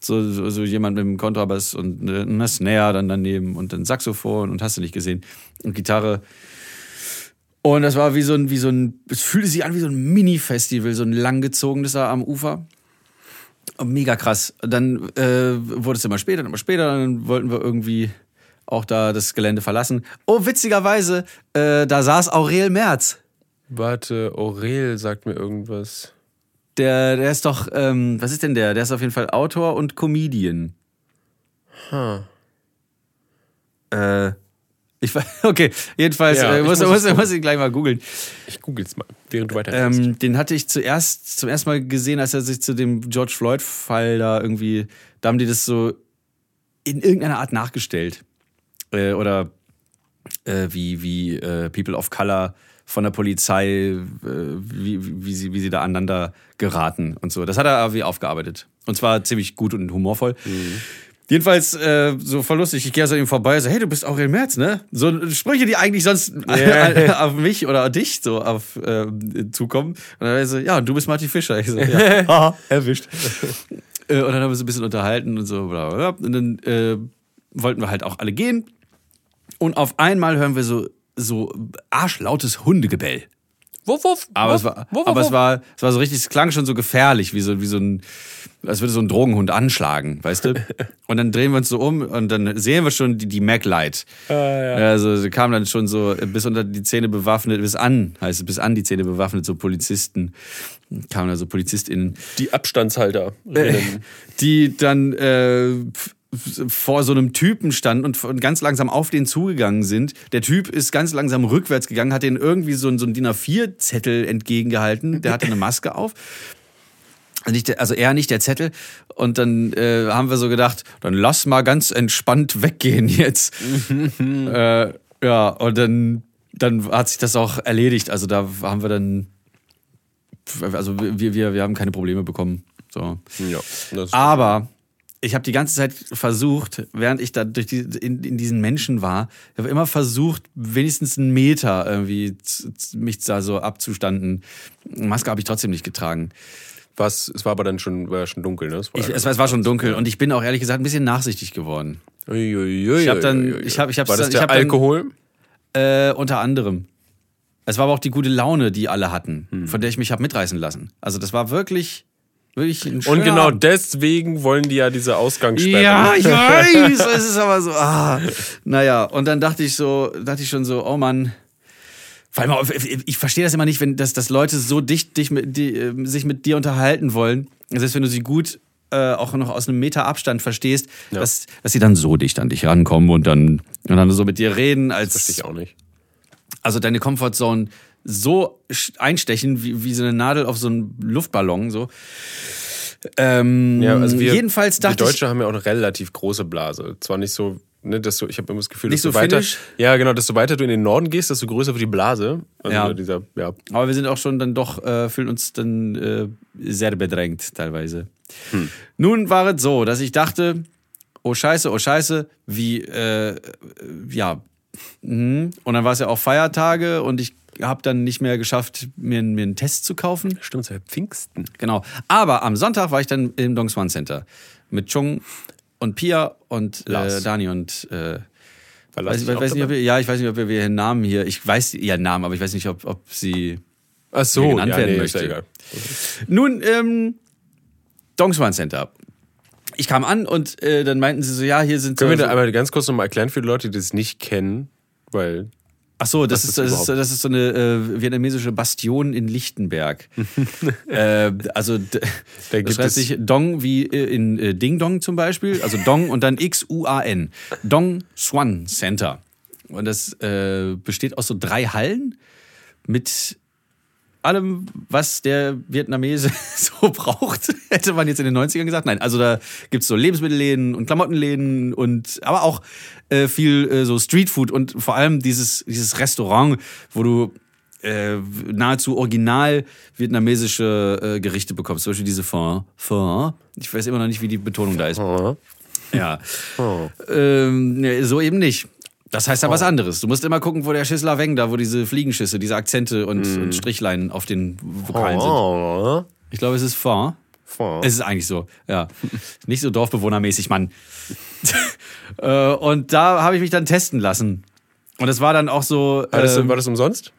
so, so, so jemand mit dem Kontrabass und äh, einer Snare dann daneben und ein Saxophon und hast du nicht gesehen und Gitarre. Und das war wie so ein, wie so ein, es fühlte sich an wie so ein Mini-Festival, so ein langgezogenes da am Ufer. Und mega krass. Dann äh, wurde es immer später, dann immer später, dann wollten wir irgendwie auch da das Gelände verlassen. Oh, witzigerweise, äh, da saß Aurel Merz.
Warte, Aurel sagt mir irgendwas.
Der, der ist doch, ähm, was ist denn der? Der ist auf jeden Fall Autor und Comedian. Huh. Äh, ich weiß, okay, jedenfalls,
Ja,
äh,
ich
muss,
muss
muss,
es
muss, muss ich gleich mal googeln.
Ich google's mal, während du weiter
Ähm, den hatte ich zuerst zum ersten Mal gesehen, als er sich zu dem George Floyd-Fall da irgendwie, da haben die das so in irgendeiner Art nachgestellt. Äh, oder äh, wie, wie äh, People of Color von der Polizei, äh, wie, wie, wie, sie, wie sie da aneinander geraten und so. Das hat er irgendwie aufgearbeitet. Und zwar ziemlich gut und humorvoll. Jedenfalls äh, so voll lustig. Ich gehe so ihm vorbei und so, hey, du bist auch im März, ne? So Sprüche, die eigentlich sonst auf mich oder dich so auf ähm, zukommen. Und dann so, ja, und du bist Marty Fischer. Ich so, ja, haha, erwischt. Äh, und dann haben wir so ein bisschen unterhalten und so, bla bla bla. Und dann äh, wollten wir halt auch alle gehen. Und auf einmal hören wir so, so arschlautes Hundegebell.
wuff, wuff,
Aber, es, war, aber es, war, es war so richtig, es klang schon so gefährlich, wie so, wie so ein, als würde so ein Drogenhund anschlagen, weißt du? und dann drehen wir uns so um und dann sehen wir schon die, die Mac-Light. Also sie kamen dann schon so bis unter die Zähne bewaffnet, bis an, heißt es, bis an die Zähne bewaffnet, so Polizisten. Kamen da so PolizistInnen
die Abstandshalter.
die dann äh, f- f- vor so einem Typen standen und, und ganz langsam auf den zugegangen sind. Der Typ ist ganz langsam rückwärts gegangen, hat den irgendwie so, einen- so einen DIN A4-Zettel entgegengehalten. Der hatte eine Maske auf. Also, nicht der, also er nicht der Zettel. Und dann äh, haben wir so gedacht, dann lass mal ganz entspannt weggehen jetzt. äh, ja, und dann, dann hat sich das auch erledigt. Also da haben wir dann, also wir, wir, wir haben keine Probleme bekommen. So.
Ja, das
Aber ich habe die ganze Zeit versucht, während ich da durch die, in, in diesen Menschen war, ich habe immer versucht, wenigstens einen Meter irgendwie zu, zu, mich da so abzustanden. Maske habe ich trotzdem nicht getragen.
was, es war aber dann schon, war ja schon dunkel, ne?
Ich, es, war- es war schon dunkel und ich bin auch ehrlich gesagt ein bisschen nachsichtig geworden.
Ich
hab dann- ich hab- ich hab's
War das
dann- ich
der
hab dann-
Alkohol?
Äh, unter anderem. Es war aber auch die gute Laune, die alle hatten,
Hm.
von der ich mich habe mitreißen lassen. Also das war wirklich, wirklich ein schöner
Und genau
Abend.
deswegen wollen die ja diese Ausgangssperre.
Ja, ich weiß. es ist aber so. Ah. Naja, und dann dachte ich so, dachte ich schon so, oh Mann. Vor allem, auch, ich verstehe das immer nicht, wenn dass, dass Leute so dicht dich mit, die, ähm, sich mit dir unterhalten wollen, Also selbst wenn du sie gut äh, auch noch aus einem Meter Abstand verstehst, dass, dass sie dann so dicht an dich rankommen und dann, und dann so mit dir reden,
Verstehe
als
ich auch nicht.
also deine Comfortzone so sch- einstechen, wie, wie so eine Nadel auf so einen Luftballon. So. Ähm,
Ja, also wir,
jedenfalls dachte
wir
ich-
Deutsche haben ja auch eine relativ große Blase. Zwar nicht so, ne, desto, ich habe immer das Gefühl,
Nicht
desto
so
weiter,
finnisch?
ja genau, desto weiter du in den Norden gehst, desto größer wird die Blase. Also
Ja.
dieser, ja,
Aber wir sind auch schon dann doch, äh, fühlen uns dann äh, sehr bedrängt teilweise. Nun war es so, dass ich dachte, oh scheiße, oh scheiße, wie, äh, äh, ja. Mhm. Und dann war es ja auch Feiertage und ich habe dann nicht mehr geschafft, mir, einen- mir einen Test zu kaufen.
stimmt, es war Pfingsten.
Genau. Aber am Sonntag war ich dann im Dong Swan Center mit Chung und Pia und äh,
Lars.
Dani und äh,
War
weiß,
Lars
ich-
nicht auch
weiß nicht, ob
dabei?
ihr, ja, ich weiß nicht, ob wir ihren Namen hier, ich weiß ihren Namen, aber ich weiß nicht, ob, ob sie
Ach
hier
so,
genannt
ja,
werden
nee, ist ja
möchte.
egal.
Nun, ähm, Dongswan Center. Ich kam an und äh, dann meinten sie so, ja, hier sind äh,
Können wir
so,
da einmal ganz kurz nochmal erklären für die Leute, die das nicht kennen, weil
Ach so, das, ist,
das
das, ist,
überhaupt?
das ist so eine äh, vietnamesische Bastion in Lichtenberg. äh, also d-
gibt
das schreibt
es-
sich Dong wie äh, in äh, Ding Dong zum Beispiel, also Dong und dann X U A N. Dong Swan Center. Und das äh, besteht aus so drei Hallen mit allem, was der Vietnamese so braucht, hätte man jetzt in den 90ern gesagt. Nein, also da gibt's so Lebensmittelläden und Klamottenläden und aber auch äh, viel äh, so Streetfood und vor allem dieses, dieses Restaurant, wo du äh, nahezu original vietnamesische äh, Gerichte bekommst. Zum Beispiel diese Pho. Pho. Ich weiß immer noch nicht, wie die Betonung da ist.
oh,
Ja. Ähm, nee, so eben nicht. Das heißt ja
Oh.
was anderes. Du musst immer gucken, wo der Schissler Weng da, wo diese Fliegenschüsse, diese Akzente und, und Strichleinen auf den Vokalen sind.
Mhm. oh,
Ich glaube, es ist Fahr.
oh.
Es ist eigentlich so, ja. Nicht so dorfbewohnermäßig, Mann. äh, und da habe ich mich dann testen lassen. Und das war dann auch so.
war, das,
ähm,
war das umsonst?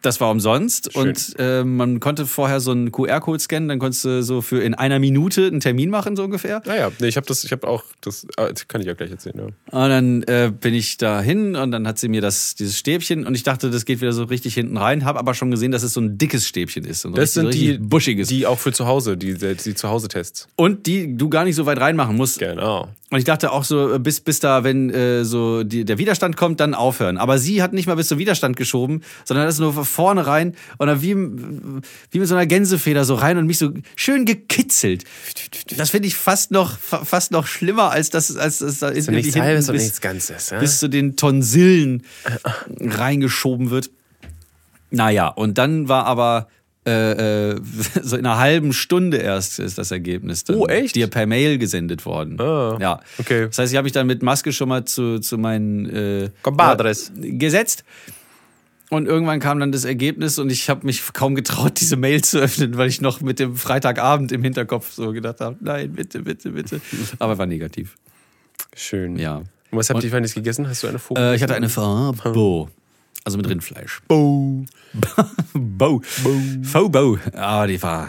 das war umsonst
Schön.
und äh, man konnte vorher so einen QR-Code scannen, dann konntest du so für in einer Minute einen Termin machen, so ungefähr.
Naja, nee, ich habe das, ich habe auch das, ah, das kann ich ja gleich erzählen. Ja.
Und dann äh, bin ich da hin und dann hat sie mir das, dieses Stäbchen und ich dachte, das geht wieder so richtig hinten rein, habe aber schon gesehen, dass es so ein dickes Stäbchen ist. Und so
Das sind
richtig,
die
richtig buschiges.
die auch für zu Hause, die, die Zuhause-Tests.
und die du gar nicht so weit reinmachen musst.
Genau.
Und ich dachte auch so, äh, bis, bis da, wenn äh, so die, der Widerstand kommt, dann aufhören. Aber sie hat nicht mal bis zum Widerstand geschoben, sondern ist nur von vorne rein und dann wie, im- wie mit so einer Gänsefeder so rein und mich so schön gekitzelt. Das finde ich fast noch, fa- fast noch schlimmer, als das, als das da irgendwie hinten bis-
Ganzes.
bis zu den Tonsillen reingeschoben wird. Naja, und dann war aber äh, äh, so in einer halben Stunde erst ist das Ergebnis dann
Oh, echt?
dir per Mail gesendet worden.
Ah,
ja.
okay.
Das heißt, ich habe mich dann mit Maske schon mal zu, zu meinen äh,
Compadres.
gesetzt. Und irgendwann kam dann das Ergebnis und ich habe mich kaum getraut, diese Mail zu öffnen, weil ich noch mit dem Freitagabend im Hinterkopf so gedacht habe, nein, bitte, bitte, bitte. Aber war negativ.
Schön.
Ja.
Und was habt ihr feines gegessen? Hast du eine Vogel?
Äh, ich hatte eine Fabo. Also mit Rindfleisch. Bo. Bo. Faux Bo. Ah, die war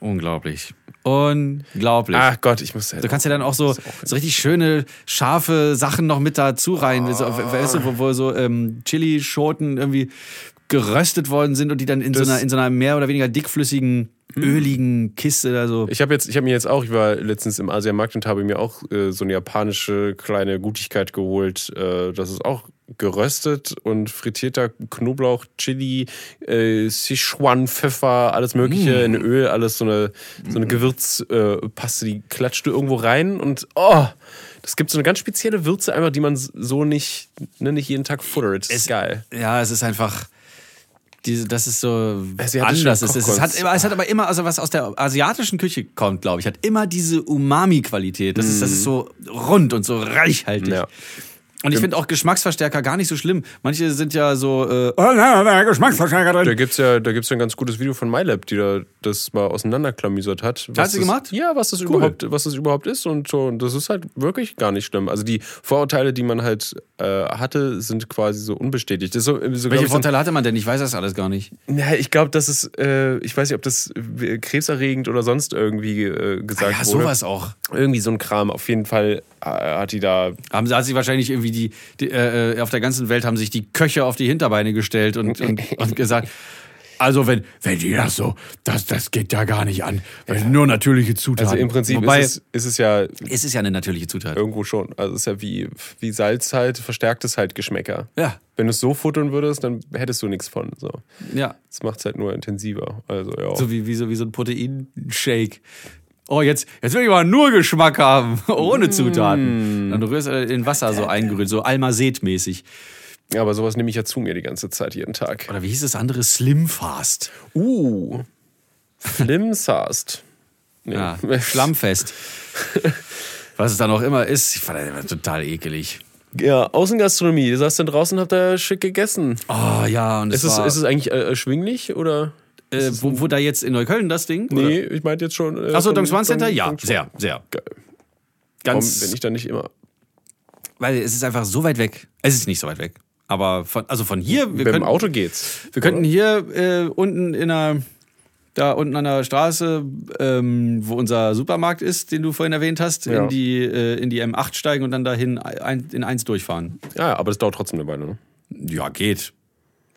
unglaublich. Unglaublich.
Ach Gott, ich muss.
Du kannst ja dann auch so, so richtig schöne, scharfe Sachen noch mit dazu rein. So, weißt du, wo, wo so ähm, Chili-Schoten irgendwie geröstet worden sind und die dann in, so
Das-
einer, in so einer mehr oder weniger dickflüssigen, öligen Kiste oder so.
Ich habe jetzt, ich habe mir jetzt auch, ich war letztens im Asiamarkt und habe mir auch äh, so eine japanische kleine Gutigkeit geholt. Äh, das ist auch geröstet und frittierter Knoblauch, Chili, äh, Sichuan, Pfeffer, alles Mögliche
Mm.
in Öl, alles so eine, so eine Gewürzpaste, äh, Paste, die klatscht du irgendwo rein und oh, das gibt so eine ganz spezielle Würze einfach, die man so nicht, ne, nicht jeden Tag futtert. Das ist geil.
Ja, es ist einfach. Diese, das ist so
Asiatische
anders. Es, ist, es, hat,
Kochkunst.
immer- es hat aber immer, also was aus der asiatischen Küche kommt, glaube ich, hat immer diese Umami-Qualität. Das, ist, das ist so rund und so reichhaltig.
Mm. Ja.
Und ich finde auch Geschmacksverstärker gar nicht so schlimm. Manche sind ja so, äh, oh, na, da ist Geschmacksverstärker drin.
Da gibt's ja, da gibt's ja ein ganz gutes Video von MyLab, die da das mal auseinanderklamüsert hat. Was
sie
das,
gemacht?
Ja, was das überhaupt, was das überhaupt ist und so. Und das ist halt wirklich gar nicht schlimm. Also die Vorurteile, die man halt äh, hatte, sind quasi so unbestätigt. Das ist so, so, glaub
Welche
ich, so ein-
Vorteile hatte man denn? Ich weiß das alles gar nicht.
Ja, ich glaube, das ist, äh, ich weiß nicht, ob das äh, krebserregend oder sonst irgendwie äh, gesagt
Ah Ja,
wurde.
sowas auch.
Irgendwie so ein Kram. Auf jeden Fall äh, hat die da
Haben sie, hat sich wahrscheinlich irgendwie die, die äh, äh, auf der ganzen Welt haben sich die Köche auf die Hinterbeine gestellt und, und, und gesagt, also wenn, wenn die das so, das, das geht ja gar nicht an. Weil Nur natürliche Zutaten.
Also im Prinzip
Wobei,
ist, es, ist es ja
es ist ja eine natürliche Zutat.
irgendwo schon. Also es ist ja wie, wie Salz halt, verstärkt es halt Geschmäcker.
Ja.
Wenn du es so futtern würdest, dann hättest du nichts von. So.
Ja.
Das macht es halt nur intensiver. Also ja.
So wie, wie, so, wie so ein Proteinshake. Oh, jetzt, jetzt will ich mal nur Geschmack haben, ohne
Mm.
Zutaten. Dann rührst du äh, in Wasser so eingerührt, so Almazet-mäßig.
Ja, aber sowas nehme ich ja zu mir die ganze Zeit, jeden Tag.
Oder wie hieß das andere? Slim Fast.
Uh. Flimsast. Nee.
Ja, Schlammfest. Was es dann auch immer ist. Ich fand das immer total ekelig.
Ja, Außengastronomie. Ihr saßt dann draußen und habt da schick gegessen.
Oh ja, und es
ist, es,
war,
ist es eigentlich äh, erschwinglich oder?
äh, wo, wo da jetzt in Neukölln das Ding?
Nee, ich meinte jetzt schon. Äh,
Achso,
vom-
Dom Swan Center?
vom-
Ja,
vom-
sehr, sehr.
Geil. Warum
Ganz,
bin ich da nicht immer?
weil es ist einfach so weit weg. Es ist nicht so weit weg. Aber von, also von hier, wir
Mit dem
könnten,
Auto geht's.
wir könnten hier äh, unten in einer, da unten an der Straße, ähm, wo unser Supermarkt ist, den du vorhin erwähnt hast,
Ja.
in, die, äh, in die M8 steigen und dann dahin ein, in eins durchfahren.
Ja, aber das dauert trotzdem eine Weile. Ne?
Ja, geht.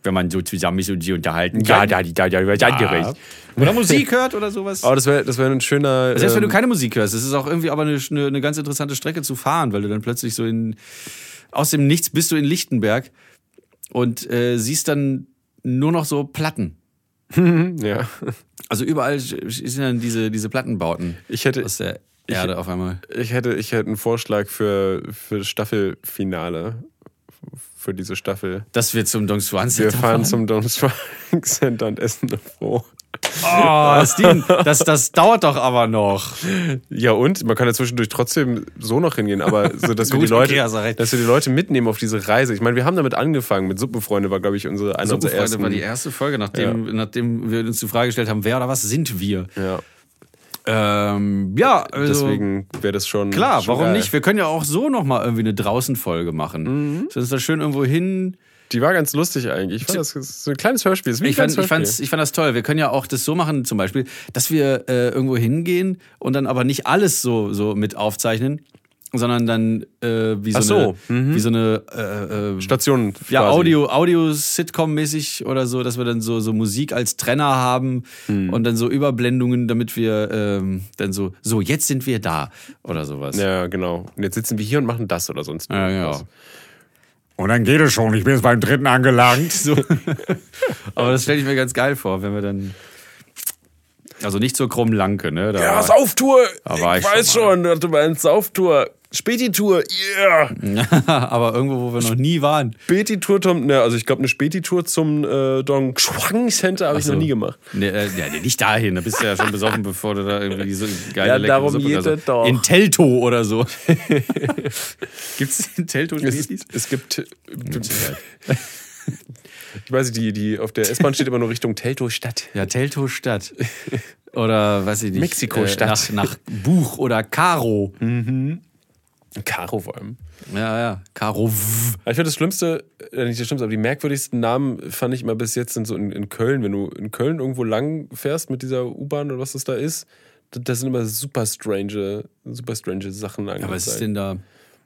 Wenn man so zusammen ist und sich unterhalten
ja, ja, ja,
Oder Musik hört oder sowas.
Aber das wäre das wär ein schöner.
Selbst wenn du
ähm,
keine Musik hörst, es ist auch irgendwie aber eine, eine, eine ganz interessante Strecke zu fahren, weil du dann plötzlich so in aus dem Nichts bist du in Lichtenberg und äh, siehst dann nur noch so Platten.
ähm, Ja.
Also überall sch- sch- sind dann diese, diese Plattenbauten
Ich hätte,
aus der Erde auf einmal.
ich hätte, ich hätte einen Vorschlag für, für Staffelfinale. Für diese Staffel.
Dass wir zum Dong Swan
Wir
Center
fahren zum Dom Center und essen eine Froh.
Oh, Steven, das, das dauert doch aber noch.
Ja, und man kann ja zwischendurch trotzdem so noch hingehen, aber so, dass, wir die
Gut,
Leute,
okay, hast du recht.
dass wir die Leute mitnehmen auf diese Reise. Ich meine, wir haben damit angefangen. Mit Suppenfreunde war, glaube ich, unsere, eine unserer
Suppenfreunde
ersten.
war die erste Folge, nachdem, nachdem wir uns die Frage gestellt haben, wer oder was sind wir?
ja,
Ähm, ja, also
deswegen wäre das schon.
Klar,
schon
warum
geil.
nicht? Wir können ja auch so nochmal irgendwie eine Draußenfolge machen. Mhm. Sonst da schön irgendwo hin.
Die war ganz lustig eigentlich. Ich fand das das ist so ein kleines Hörspiel. Das ist wie ein
Ich fand,
kleines
ich, fand's, ich fand das toll. Wir können ja auch das so machen, zum Beispiel, dass wir äh, irgendwo hingehen und dann aber nicht alles so, so mit aufzeichnen, sondern dann äh, wie, so
Ach so,
eine, wie so eine äh, äh,
Stationen.
ja,
quasi.
Audio, Audio-Sitcom-mäßig oder so, dass wir dann so, so Musik als Trenner haben
Mhm.
und dann so Überblendungen, damit wir ähm, dann so, so, jetzt sind wir da oder sowas.
Ja, genau. Und jetzt sitzen wir hier und machen das oder sonst
Ja,
irgendwas.
genau.
Und dann geht es schon. Ich bin jetzt beim dritten angelangt.
So. Aber das stelle ich mir ganz geil vor, wenn wir dann. Also nicht zur krummen Lanke, ne? Da
Ja, Sauftour!
Da war ich
schon, schon du meinst Sauftour. Späti-Tour, yeah!
aber irgendwo, wo wir noch nie waren.
Späti-Tour, Tom, ne, also ich glaube, eine Späti-Tour zum äh, Dong Chuang Center habe ich noch nie gemacht.
Ne, äh, ja, nee, nicht dahin, da bist du ja schon besoffen, bevor du da irgendwie so geile
Ja,
leckere
darum
Suppe
geht
oder
es
so.
doch.
In Telto oder so. Gibt's in Telto
Es,
Spätis?
es gibt. ich weiß nicht, die, die auf der S-Bahn steht immer nur Richtung Teltow-Stadt.
Ja, Telto Stadt. Oder weiß ich nicht.
Mexiko-Stadt.
Äh, nach, nach Buch oder Karo.
Karo vor allem.
Ja, ja. Karo. W.
Aber Ich finde das Schlimmste, äh, nicht das Schlimmste, aber die merkwürdigsten Namen fand ich immer bis jetzt sind so in, in Köln. Wenn du in Köln irgendwo lang fährst mit dieser U-Bahn oder was das da ist, d- das sind immer super strange, super strange Sachen angezeigt.
Aber was ist denn da?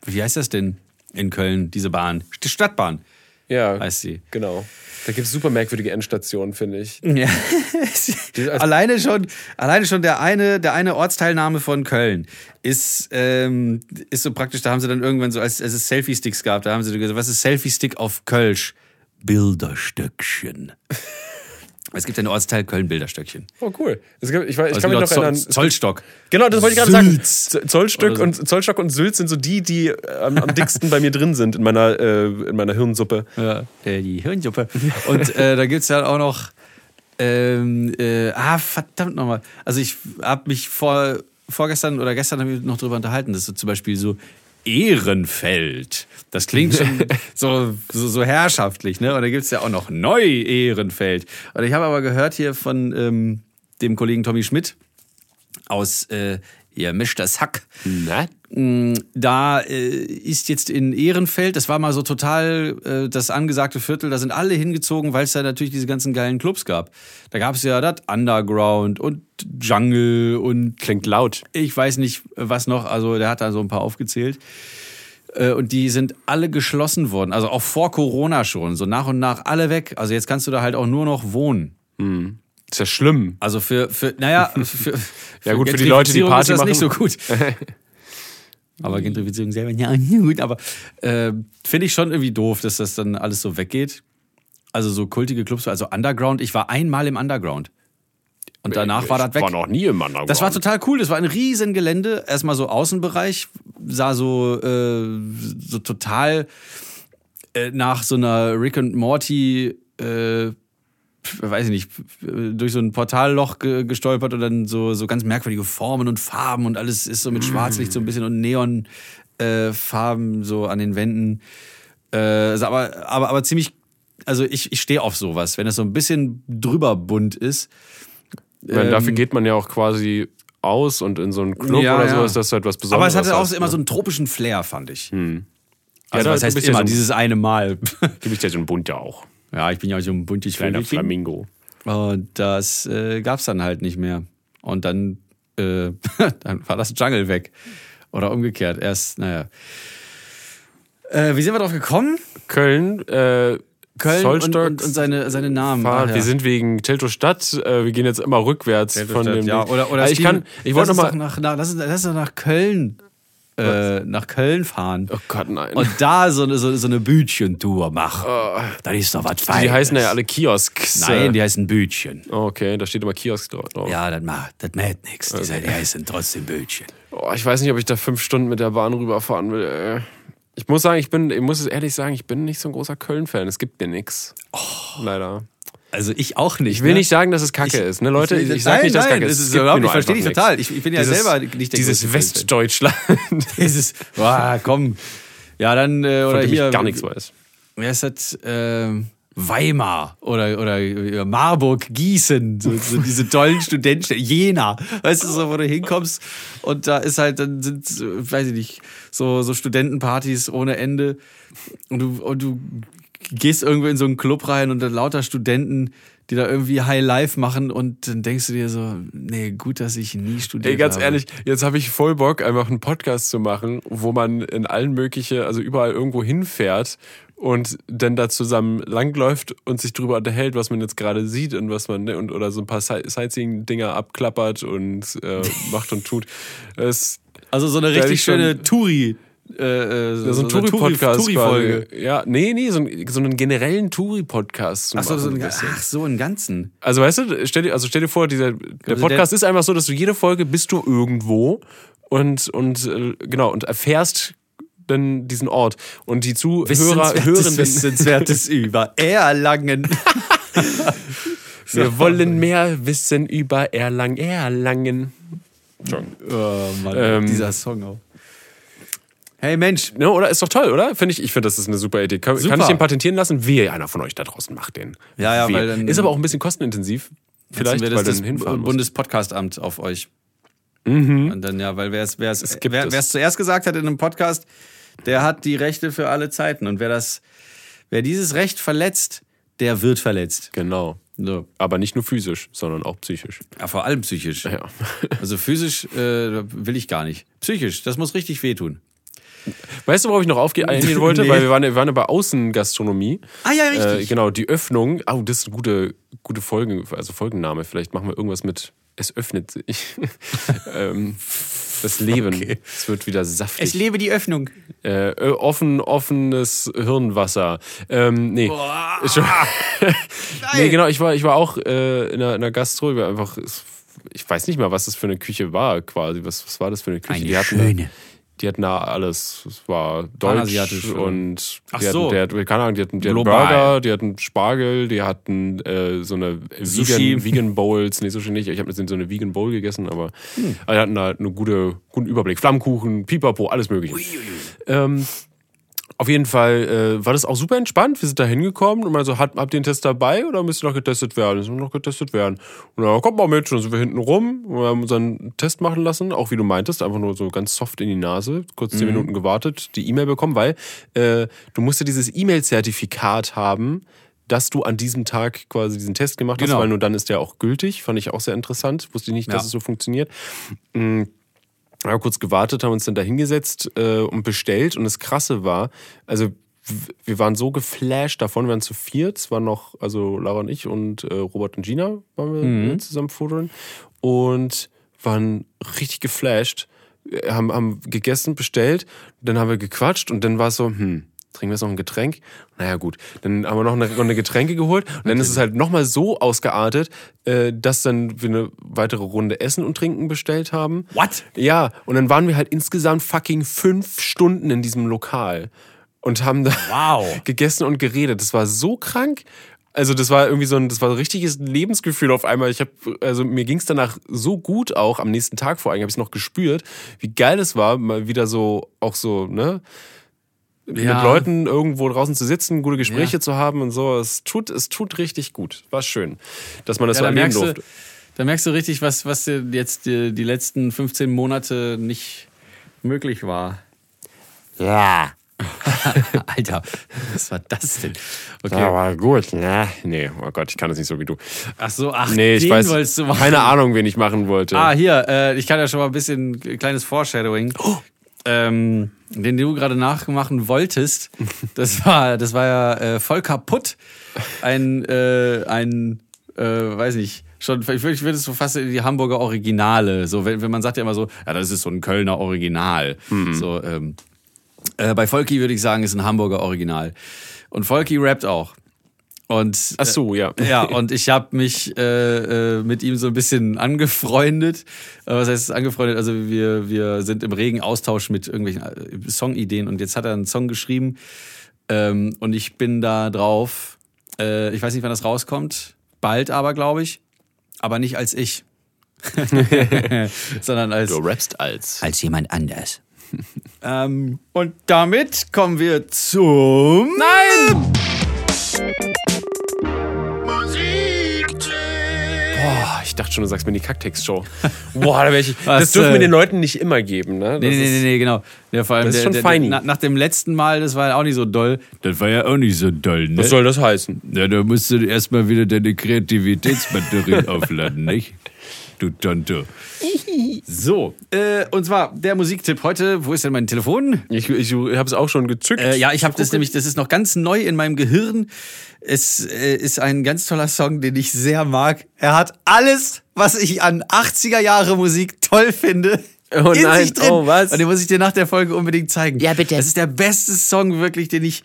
Wie heißt das denn in Köln, diese Bahn? Die Stadtbahn.
Ja.
Heißt sie.
Genau. Da gibt es super merkwürdige Endstationen, finde ich.
Ja.
also-
alleine schon, alleine schon der eine, der eine Ortsteilnahme von Köln ist, ähm, ist so praktisch. Da haben sie dann irgendwann so, als, als es Selfie-Sticks gab, da haben sie gesagt, was ist Selfie-Stick auf Kölsch? Bilderstöckchen. es gibt ja einen Ortsteil Köln-Bilderstöckchen.
Oh, cool. Es gibt, ich, weiß- ich
Also
kann mich noch
Zoll-
erinnern.
Zollstock.
Genau, das wollte ich gerade sagen.
Sülz.
Z- Zollstück
Oder so.
und, Zollstock und Sülz sind so die, die äh, am, am dicksten bei mir drin sind in meiner, äh, in meiner Hirnsuppe.
Ja, äh, die Hirnjuppe. Und äh, da gibt's ja auch noch. Ähm, äh, ah, verdammt nochmal. Also, ich hab mich vor, vorgestern oder gestern hab ich mich noch drüber unterhalten, dass so zum Beispiel so Ehrenfeld. Das klingt schon so, so, so herrschaftlich, ne? Und da gibt's ja auch noch Neu-Ehrenfeld. Und ich habe aber gehört hier von ähm, dem Kollegen Tommy Schmidt aus äh, Ihr mischt das Hack.
Na?
Da äh, ist jetzt in Ehrenfeld, das war mal so total äh, das angesagte Viertel, da sind alle hingezogen, weil es da natürlich diese ganzen geilen Clubs gab. Da gab es ja das Underground und Jungle und
Klingt laut.
ich weiß nicht was noch, also der hat da so ein paar aufgezählt. Äh, Und die sind alle geschlossen worden, also auch vor Corona schon, so nach und nach alle weg. Also jetzt kannst du da halt auch nur noch wohnen.
Ist ja schlimm.
Also für, für naja, für,
Ja, gut, für die Leute, die
Gentrifizierung
Party
ist das nicht so
machen.
gut. aber Gentrifizierung selber, ja, gut, aber äh, finde ich schon irgendwie doof, dass das dann alles so weggeht. Also so kultige Clubs, also Underground. Ich war einmal im Underground. Und danach war das weg.
War noch nie im Mann.
Das war total cool. Das war ein riesen Gelände. Erstmal so Außenbereich. Sah so, äh, so total äh, nach so einer Rick and Morty, äh, pf- weiß ich nicht, pf- durch so ein Portalloch ge gestolpert und dann so, so ganz merkwürdige Formen und Farben und alles ist so mit Schwarzlicht so ein bisschen und Neonfarben äh, Farben so an den Wänden. Äh, also aber, aber, aber ziemlich, also ich, ich stehe auf sowas, wenn das so ein bisschen drüber bunt ist.
Weil dafür geht man ja auch quasi aus und in so einen Club
Ähm, Ja,
oder
ja.
so ist das halt was
Aber
Besonderes.
es hatte auch
heißt,
so immer
ne?
so einen tropischen Flair, fand ich.
Ja,
Also
da-
was
du
heißt
bist ja
immer,
so ein-
dieses eine Mal.
Du bist ja so ein bunter auch.
ja, ich bin ja auch so ein buntes
Kleiner
Vögelchen.
Flamingo.
Und das äh, gab's dann halt nicht mehr. Und dann, äh, dann war das Jungle weg. Oder umgekehrt. Erst, naja. Äh, wie sind wir drauf gekommen?
Köln, äh,
Köln und,
Zollstock,
und, und seine, seine Namen.
Fahrt.
Ach ja.
Wir sind wegen Teltow-Stadt, äh, wir gehen jetzt immer rückwärts von dem.
ja,
Ding.
oder, oder
Aber
es
ich
ging-
kann, ich wollte
lass uns
nochmal.
doch Nach, nach, lass, uns, lass uns doch nach Köln. Äh, nach Köln fahren.
Oh Gott, nein.
Und da so eine, so, so eine Bütchentour machen. Da ist doch was Feines.
Oh. die heißen ja alle Kiosks.
Nein,
äh,
die heißen Bütchen.
oh, okay, da steht immer Kiosk drauf.
Ja, das macht, das macht nichts. Die, sind- die heißen trotzdem Bütchen.
Oh, ich weiß nicht, ob ich da fünf Stunden mit der Bahn rüberfahren will. ey. Ich muss sagen, ich bin, ich muss es ehrlich sagen, ich bin nicht so ein großer Köln-Fan. Es gibt mir nichts.
Oh.
Leider.
Also ich auch nicht.
Ich will nicht sagen, dass es Kacke ist. Ne, Leute, Ne? ich, sag
nein,
nicht, dass
nein,
Kacke
das
ist.
ist
Es gibt
überhaupt
mir nur
nicht- verstehe
einfach
ich total.
nichts.
Ich- ich bin ja selber nicht der
Dieses
größte Köln-Fan.
Westdeutschland, von
Dieses, boah, komm. Ja, dann, äh, oder
dem ich
hier.
gar nichts weiß.
Wer ist das? Ähm, Weimar oder, oder Marburg, Gießen, so, so diese tollen Studenten, Jena, weißt du, so, wo du hinkommst und da ist halt, dann sind, äh, weiß ich nicht, so, so Studentenpartys ohne Ende und du, und du gehst irgendwie in so einen Club rein und dann lauter Studenten, die da irgendwie High Life machen und dann denkst du dir so, nee, gut, dass ich nie studiert
Ey, ganz
habe.
ehrlich, jetzt habe ich voll Bock, einfach einen Podcast zu machen, wo man in allen möglichen, also überall irgendwo hinfährt und dann da zusammen langläuft und sich drüber unterhält, was man jetzt gerade sieht und was man, ne, und oder so ein paar Sight- Sightseeing-Dinger abklappert und äh, macht und tut. Es,
Also so eine
Da
richtig
ich schon-
schöne Touri, äh, äh, so,
so ein
eine
Touri-Podcast.
Touri-Folge.
quasi. ja, nee, nee, so, ein, so einen generellen Touri-Podcast zu
Ach so,
machen.
so ein,
ein bisschen.
ach so, einen ganzen.
Also weißt du, stell dir, also stell dir vor, dieser, der
Also der-
Podcast ist einfach so, dass du jede Folge bist du irgendwo und und äh, genau und erfährst dann diesen Ort und die Zuhörer hören dann,
Wissenswertes über Erlangen.
wir wollen mehr wissen über Erlangen, Erlangen.
Oh Mann,
Ähm,
dieser Song auch. Hey Mensch,
Ne, oder ist doch toll, oder? Finde ich, ich finde, das ist eine super Idee. Kann, kann
Super.
ich den patentieren lassen? Wehe, einer von euch da draußen macht den.
Ja, ja,
Wehe.
weil dann-
ist aber auch ein bisschen kostenintensiv. Vielleicht,
setzen
weil
wir
das
das,
dann hinfahren
das
muss.
Bundespodcastamt auf euch. Und dann ja, weil wer es wer es
gibt
wer
es.
wer es zuerst gesagt hat in einem Podcast, der hat die Rechte für alle Zeiten und wer das wer dieses Recht verletzt, der wird verletzt.
Genau.
So.
Aber nicht nur physisch, sondern auch psychisch.
Ja, vor allem psychisch.
Ja.
Also physisch äh, will ich gar nicht. Psychisch, das muss richtig wehtun.
Weißt du, worauf ich noch aufge- eingehen wollte?
Nee.
Weil wir waren, ja- wir waren ja bei Außengastronomie.
Ah ja, richtig.
Äh, genau, die Öffnung. Oh, das ist eine gute, gute Folgen, also Folgenname. Vielleicht machen wir irgendwas mit Es öffnet sich. ähm, das Leben. Es wird wieder saftig.
lebe die Öffnung.
äh, ö- offen, offenes Hirnwasser. Ähm, nee. Ist schon- nee, genau, ich war, ich war auch äh, in, einer, in einer Gastro, wir einfach, es- ich weiß nicht mal, was das für eine Küche war, quasi. Was, was war das für eine Küche?
Eine
die hatten,
schöne.
Die hatten da alles. Es war deutsch
Panasiatisch, oder?
und
Ach
die
so.
hatten, der, hat- keine Ahnung, die hatten, die hatten
Global.
Burger, die hatten Spargel, die hatten äh, so eine Vegan,
Sushi.
Vegan Bowls. Nee, Sushi nicht. Ich habe jetzt so eine Vegan Bowl gegessen, aber
Hm.
aber die hatten da einen gute, guten Überblick. Flammkuchen, Pipapo, alles mögliche. Ähm, auf jeden Fall äh, war das auch super entspannt. Wir sind da hingekommen und man so, hat, habt ihr den Test dabei oder müsst ihr noch getestet werden? Es muss noch getestet werden. Und dann, kommt mal mit. Und dann sind wir hinten rum und haben unseren Test machen lassen. Auch wie du meintest, einfach nur so ganz soft in die Nase. Kurz
Mhm.
zehn Minuten gewartet, die E-Mail bekommen, weil äh, du musst ja dieses E-Mail-Zertifikat haben, dass du an diesem Tag quasi diesen Test gemacht hast,
Genau.
weil nur dann ist der auch gültig. Fand ich auch sehr interessant. Wusste ich nicht,
Ja.
dass es so funktioniert. Wir haben kurz gewartet, haben uns dann da hingesetzt äh, und bestellt. Und das Krasse war, also w- wir waren so geflasht davon, wir waren zu viert, es waren noch, also Lara und ich und äh, Robert und Gina waren wir äh, zusammen fotografieren und waren richtig geflasht, äh, haben, haben gegessen, bestellt, dann haben wir gequatscht und dann war es so, hm, trinken wir jetzt noch ein Getränk? Naja gut, dann haben wir noch eine Runde Getränke geholt und dann ist es halt nochmal so ausgeartet, äh, dass dann wir eine weitere Runde Essen und Trinken bestellt haben.
What?
Ja, und dann waren wir halt insgesamt fucking fünf Stunden in diesem Lokal und haben da
Wow.
gegessen und geredet. Das war so krank. Also das war irgendwie so ein, das war ein richtiges Lebensgefühl auf einmal. Ich habe, also mir ging es danach so gut auch am nächsten Tag vor allem, habe ich noch gespürt, wie geil es war, mal wieder so auch so ne mit Leuten irgendwo draußen zu sitzen, gute Gespräche
Ja.
zu haben und so. Es tut, es tut richtig gut. War schön, dass man das
Ja,
so
da,
erleben
merkst du,
durfte.
da merkst du richtig, was, was dir jetzt die, die letzten 15 Monate nicht möglich war.
Ja,
Alter, was war das denn? Okay.
aber gut, ne?
Nee, oh Gott, ich kann das nicht so wie du.
Ach so, ach,
Nee, ich
den
weiß.
wolltest du machen.
Keine Ahnung, wen ich machen wollte.
Ah, hier, äh, ich kann ja schon mal ein bisschen ein kleines Foreshadowing.
Oh.
Ähm, den du gerade nachmachen wolltest, das war, das war ja äh, voll kaputt. Ein, äh, ein, äh, weiß nicht, schon, ich würde ich würde es so fast in die Hamburger Originale, so, wenn, wenn man sagt ja immer so, ja, das ist so ein Kölner Original.
Hm.
So, ähm, äh, bei Volki würde ich sagen, ist ein Hamburger Original. Und Volki rappt auch. Und
Ach so, ja.
ja, und ich habe mich äh, äh, mit ihm so ein bisschen angefreundet. Äh, Was heißt angefreundet? Also wir, wir sind im regen Austausch mit irgendwelchen äh, Songideen und jetzt hat er einen Song geschrieben ähm, und ich bin da drauf. Äh, ich weiß nicht, wann das rauskommt. Bald aber, glaube ich. Aber nicht als ich. Sondern als
Du rappst als.
als jemand anders. ähm, und damit kommen wir zum. Nein!
Boah, ich dachte schon, du sagst mir die Kacktext-Show. Boah, da wär ich. das
Was,
dürfen wir
äh,
den Leuten nicht immer geben, ne? Das
Nee, nee, nee, nee, genau. Ja, vor allem
Das ist
der,
schon
der,
feini.
na- nach dem letzten Mal, das war ja auch nicht so doll. Das war ja auch nicht so doll, ne?
Was soll das heißen?
Ja, da musst du erstmal wieder deine Kreativitätsbatterie aufladen, nicht? Du Tonto. So, äh, und zwar der Musiktipp heute. Wo ist denn mein Telefon?
Ich, ich habe es auch schon gezückt.
Äh, ja, ich habe das nämlich, das ist noch ganz neu in meinem Gehirn. Es äh, ist ein ganz toller Song, den ich sehr mag. Er hat alles, was ich an 80er Jahre Musik toll finde.
Oh
in
nein,
sich drin.
oh was?
Und den muss ich dir nach der Folge unbedingt zeigen. Ja, bitte. Das ist der beste Song wirklich, den ich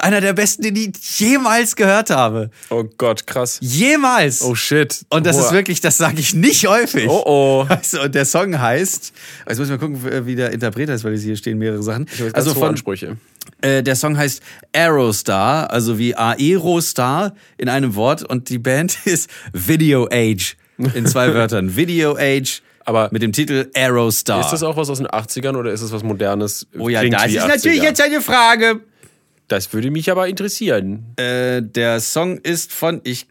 einer der besten, den ich jemals gehört habe.
Oh Gott, krass.
Jemals.
Oh shit.
Und das
Boah.
ist wirklich, das sage ich nicht häufig.
Oh, oh.
Weißt du, und der Song heißt, jetzt muss ich mal gucken, wie der Interpret heißt, weil hier stehen mehrere Sachen.
Ich hab ganz
also
hohe
von,
Ansprüche.
äh, der Song heißt Aerostar, also wie Aerostar in einem Wort und die Band ist Video Age in zwei Wörtern. Video Age,
Aber-
mit dem Titel Aerostar.
Ist das auch was aus den 80ern oder ist es was Modernes?
Ah. oh ja,
Klingt
das
wie
ist natürlich
80er.
jetzt eine Frage.
Das würde mich aber interessieren.
Äh, der Song ist von, ich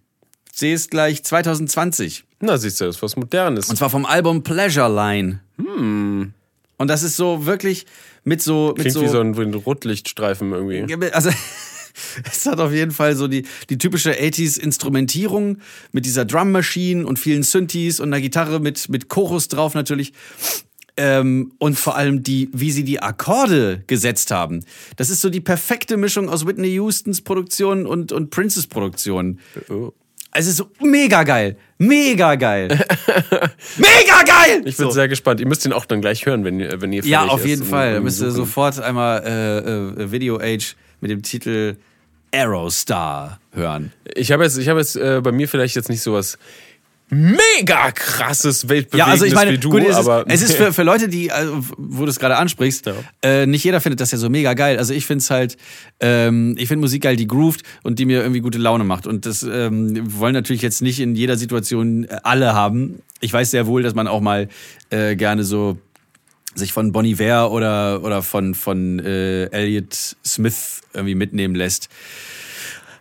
sehe es gleich, 2020.
Na, siehst du, das ist was Modernes.
Und zwar vom Album Pleasure Line. Hm. Und das ist so wirklich mit so mit
Klingt
so,
wie so ein, wie ein Rotlichtstreifen irgendwie.
Also, es hat auf jeden Fall so die, die typische 80s-Instrumentierung mit dieser Drum Machine und vielen Synthes und einer Gitarre mit, mit Chorus drauf natürlich. Ähm, und vor allem die, wie sie die Akkorde gesetzt haben. Das ist so die perfekte Mischung aus Whitney Houstons Produktionen und, und Princes Produktionen. Es ist so mega geil. Mega geil. mega geil!
Ich bin
so.
sehr gespannt. Ihr müsst ihn auch dann gleich hören, wenn ihr, wenn ihr
Ja,
fertig
auf
ist
jeden
und-
Fall. Da
und
müsst ihr
suchen.
sofort einmal äh, äh, Video Age mit dem Titel Aerostar hören.
Ich habe jetzt, ich habe jetzt äh, bei mir vielleicht jetzt nicht sowas mega krasses Weltbewegendes
Ja, also ich meine,
wie du,
gut, es,
aber
ist, es ist für, für Leute, die, also, wo du es gerade ansprichst,
Ja.
äh, nicht jeder findet das ja so mega geil. Also ich finde es halt, ähm, ich finde Musik geil, die groovt und die mir irgendwie gute Laune macht. Und das ähm, wollen natürlich jetzt nicht in jeder Situation äh, alle haben. Ich weiß sehr wohl, dass man auch mal äh, gerne so sich von Bon Iver oder, oder von, von äh, Elliot Smith irgendwie mitnehmen lässt.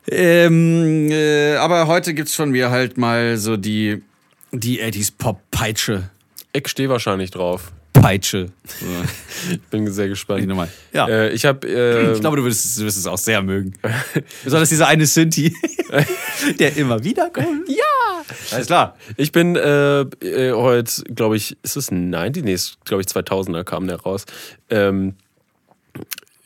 Ähm, äh, aber heute gibt's von mir halt mal so die, die 80s Pop-Peitsche.
ich stehe wahrscheinlich drauf.
Peitsche.
Ich bin sehr gespannt.
Die Nummer. Ja.
Äh, ich habe äh,
ich glaube, du wirst, du wirst es auch sehr mögen. Besonders dieser eine Sinti, der immer wieder kommt. Ja! Alles klar.
Ich bin äh, äh, heute, glaube ich, ist es ein 90? Nee, glaube ich 2000er kam der raus. Ähm,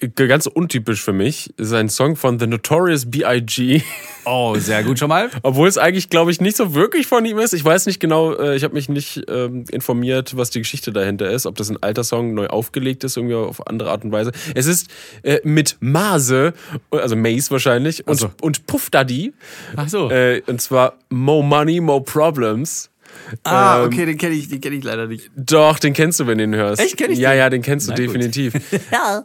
g- ganz untypisch für mich ist ein Song von The Notorious B.I.G.,
Oh, sehr gut schon mal.
obwohl es eigentlich, glaube ich, nicht so wirklich von ihm ist. Ich weiß nicht genau, äh, ich habe mich nicht ähm, informiert, was die Geschichte dahinter ist, ob das ein alter Song neu aufgelegt ist, irgendwie auf andere Art und Weise. Es ist äh, mit Mase, also Maze wahrscheinlich, und,
so.
und Puff Daddy,
Ach so.
äh, und zwar Mo Money, Mo Problems.
ah, okay, den kenne ich, den kenne ich leider nicht.
Doch, den kennst du, wenn du ihn hörst.
Echt? Kenn ich
ja,
den?
ja, den kennst du
Na gut.
definitiv.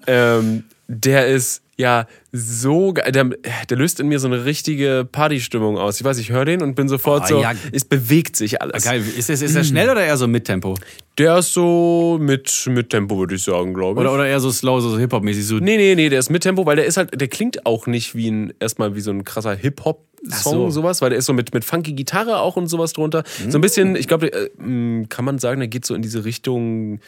ähm, der ist ja so geil. Der, der löst in mir so eine richtige Partystimmung aus. Ich weiß, ich höre den und bin sofort
Oh,
so,
ja. Ah,
es bewegt sich alles.
Geil, ist das, ist das schnell oder eher so Mittempo?
Der ist so mit, mit Tempo, würde ich sagen, glaube ich.
Oder, oder eher so slow, so, so Hip-Hop-mäßig? So,
Nee, nee, nee, der ist mit Tempo, weil der ist halt, der klingt auch nicht wie ein, erstmal wie so ein krasser Hip-Hop. Song,
Ach so. Mhm.
sowas, weil der ist so mit, mit funky Gitarre auch und sowas drunter. So ein bisschen, ich glaube, der, äh, mh, kann man sagen, der geht so in diese Richtung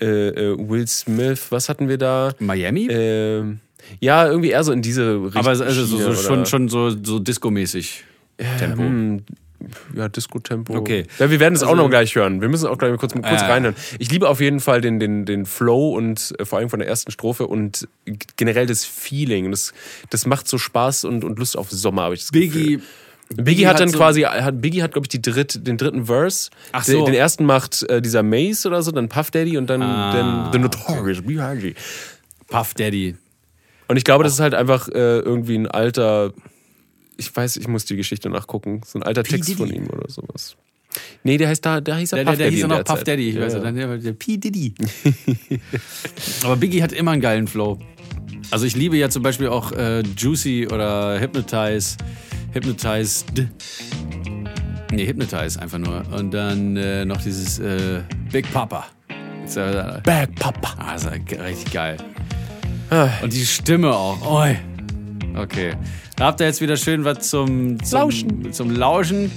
äh, äh, Will Smith, was hatten wir da?
Miami?
Ähm, ja, irgendwie eher so in diese Richtung.
aber also so, so,
oder-
schon, schon so, so Disco-mäßig. Tempo.
Ja, Disco-Tempo.
Okay. Also Ah,
Ja, wir werden es auch noch gleich hören. Wir müssen auch gleich mal kurz, kurz
ja.
reinhören. Ich liebe auf jeden Fall den, den, den Flow und äh, vor allem von der ersten Strophe und g- generell das Feeling. Das, das macht so Spaß und, und Lust auf Sommer, habe ich das
Biggie-
Gefühl. Biggie, Biggie hat,
hat
dann
so-
quasi, hat, Biggie hat, glaube ich, die dritt, den dritten Verse.
Ach
Den-
so.
Den ersten macht äh, dieser Mace oder so, dann Puff Daddy und dann,
Ah.
dann The Notorious B.I.G.
Puff Daddy.
Und ich glaube, das ist halt einfach äh, irgendwie ein alter, ich weiß, ich muss die Geschichte nachgucken, so ein alter Text von
Diddy.
ihm oder sowas. Nee, der heißt da, der hieß ja
Der,
Puff
der, der
Daddy.
hieß ja
in
noch
der
Puff
Zeit.
Daddy, ich weiß ja. Dann der, der P. Diddy. Aber Biggie hat immer einen geilen Flow. Also ich liebe ja zum Beispiel auch äh, Juicy oder Hypnotize. Hypnotized. Nee, Hypnotize einfach nur. Und dann äh, noch dieses äh, Big Papa. Ist ja-
Back Papa.
Ah, ist ja ge- richtig geil. Und die Stimme auch. Oi. Okay. Da habt ihr jetzt wieder schön was zum, zum
Lauschen.
Zum Lauschen.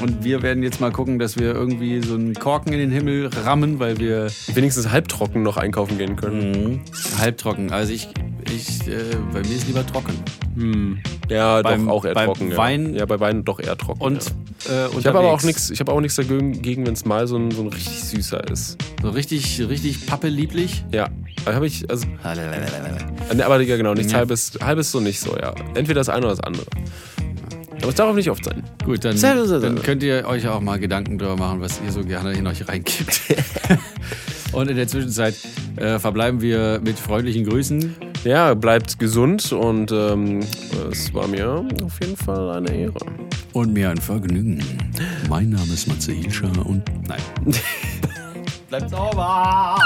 Und wir werden jetzt mal gucken, dass wir irgendwie so einen Korken in den Himmel rammen, weil wir
Wenigstens halbtrocken noch einkaufen gehen können.
Mhm. halbtrocken. Also ich, ich äh, bei mir ist lieber trocken.
Ja,
Beim-
doch auch eher
beim
trocken.
Wein-
ja. ja, bei Wein doch eher trocken.
Und
ja.
äh,
ich habe aber auch
unterwegs.
nichts, ich habe auch nichts dagegen, gegen, wenn es mal so ein, so ein richtig süßer ist.
So richtig, richtig pappelieblich.
Ja, da habe ich also, nee, aber ja genau, nichts halbes, halbes so nicht so. Ja, entweder das eine oder das andere. Aber es darf auch nicht oft sein.
Gut, dann,
Sehr, sehr, sehr.
dann könnt ihr euch auch mal Gedanken darüber machen, was ihr so gerne in euch reingibt. Und in der Zwischenzeit äh, verbleiben wir mit freundlichen Grüßen.
Ja, bleibt gesund und ähm, es war mir auf jeden Fall eine Ehre.
Und mir ein Vergnügen. Mein Name ist Matze Hilscher und. Nein. Bleibt sauber!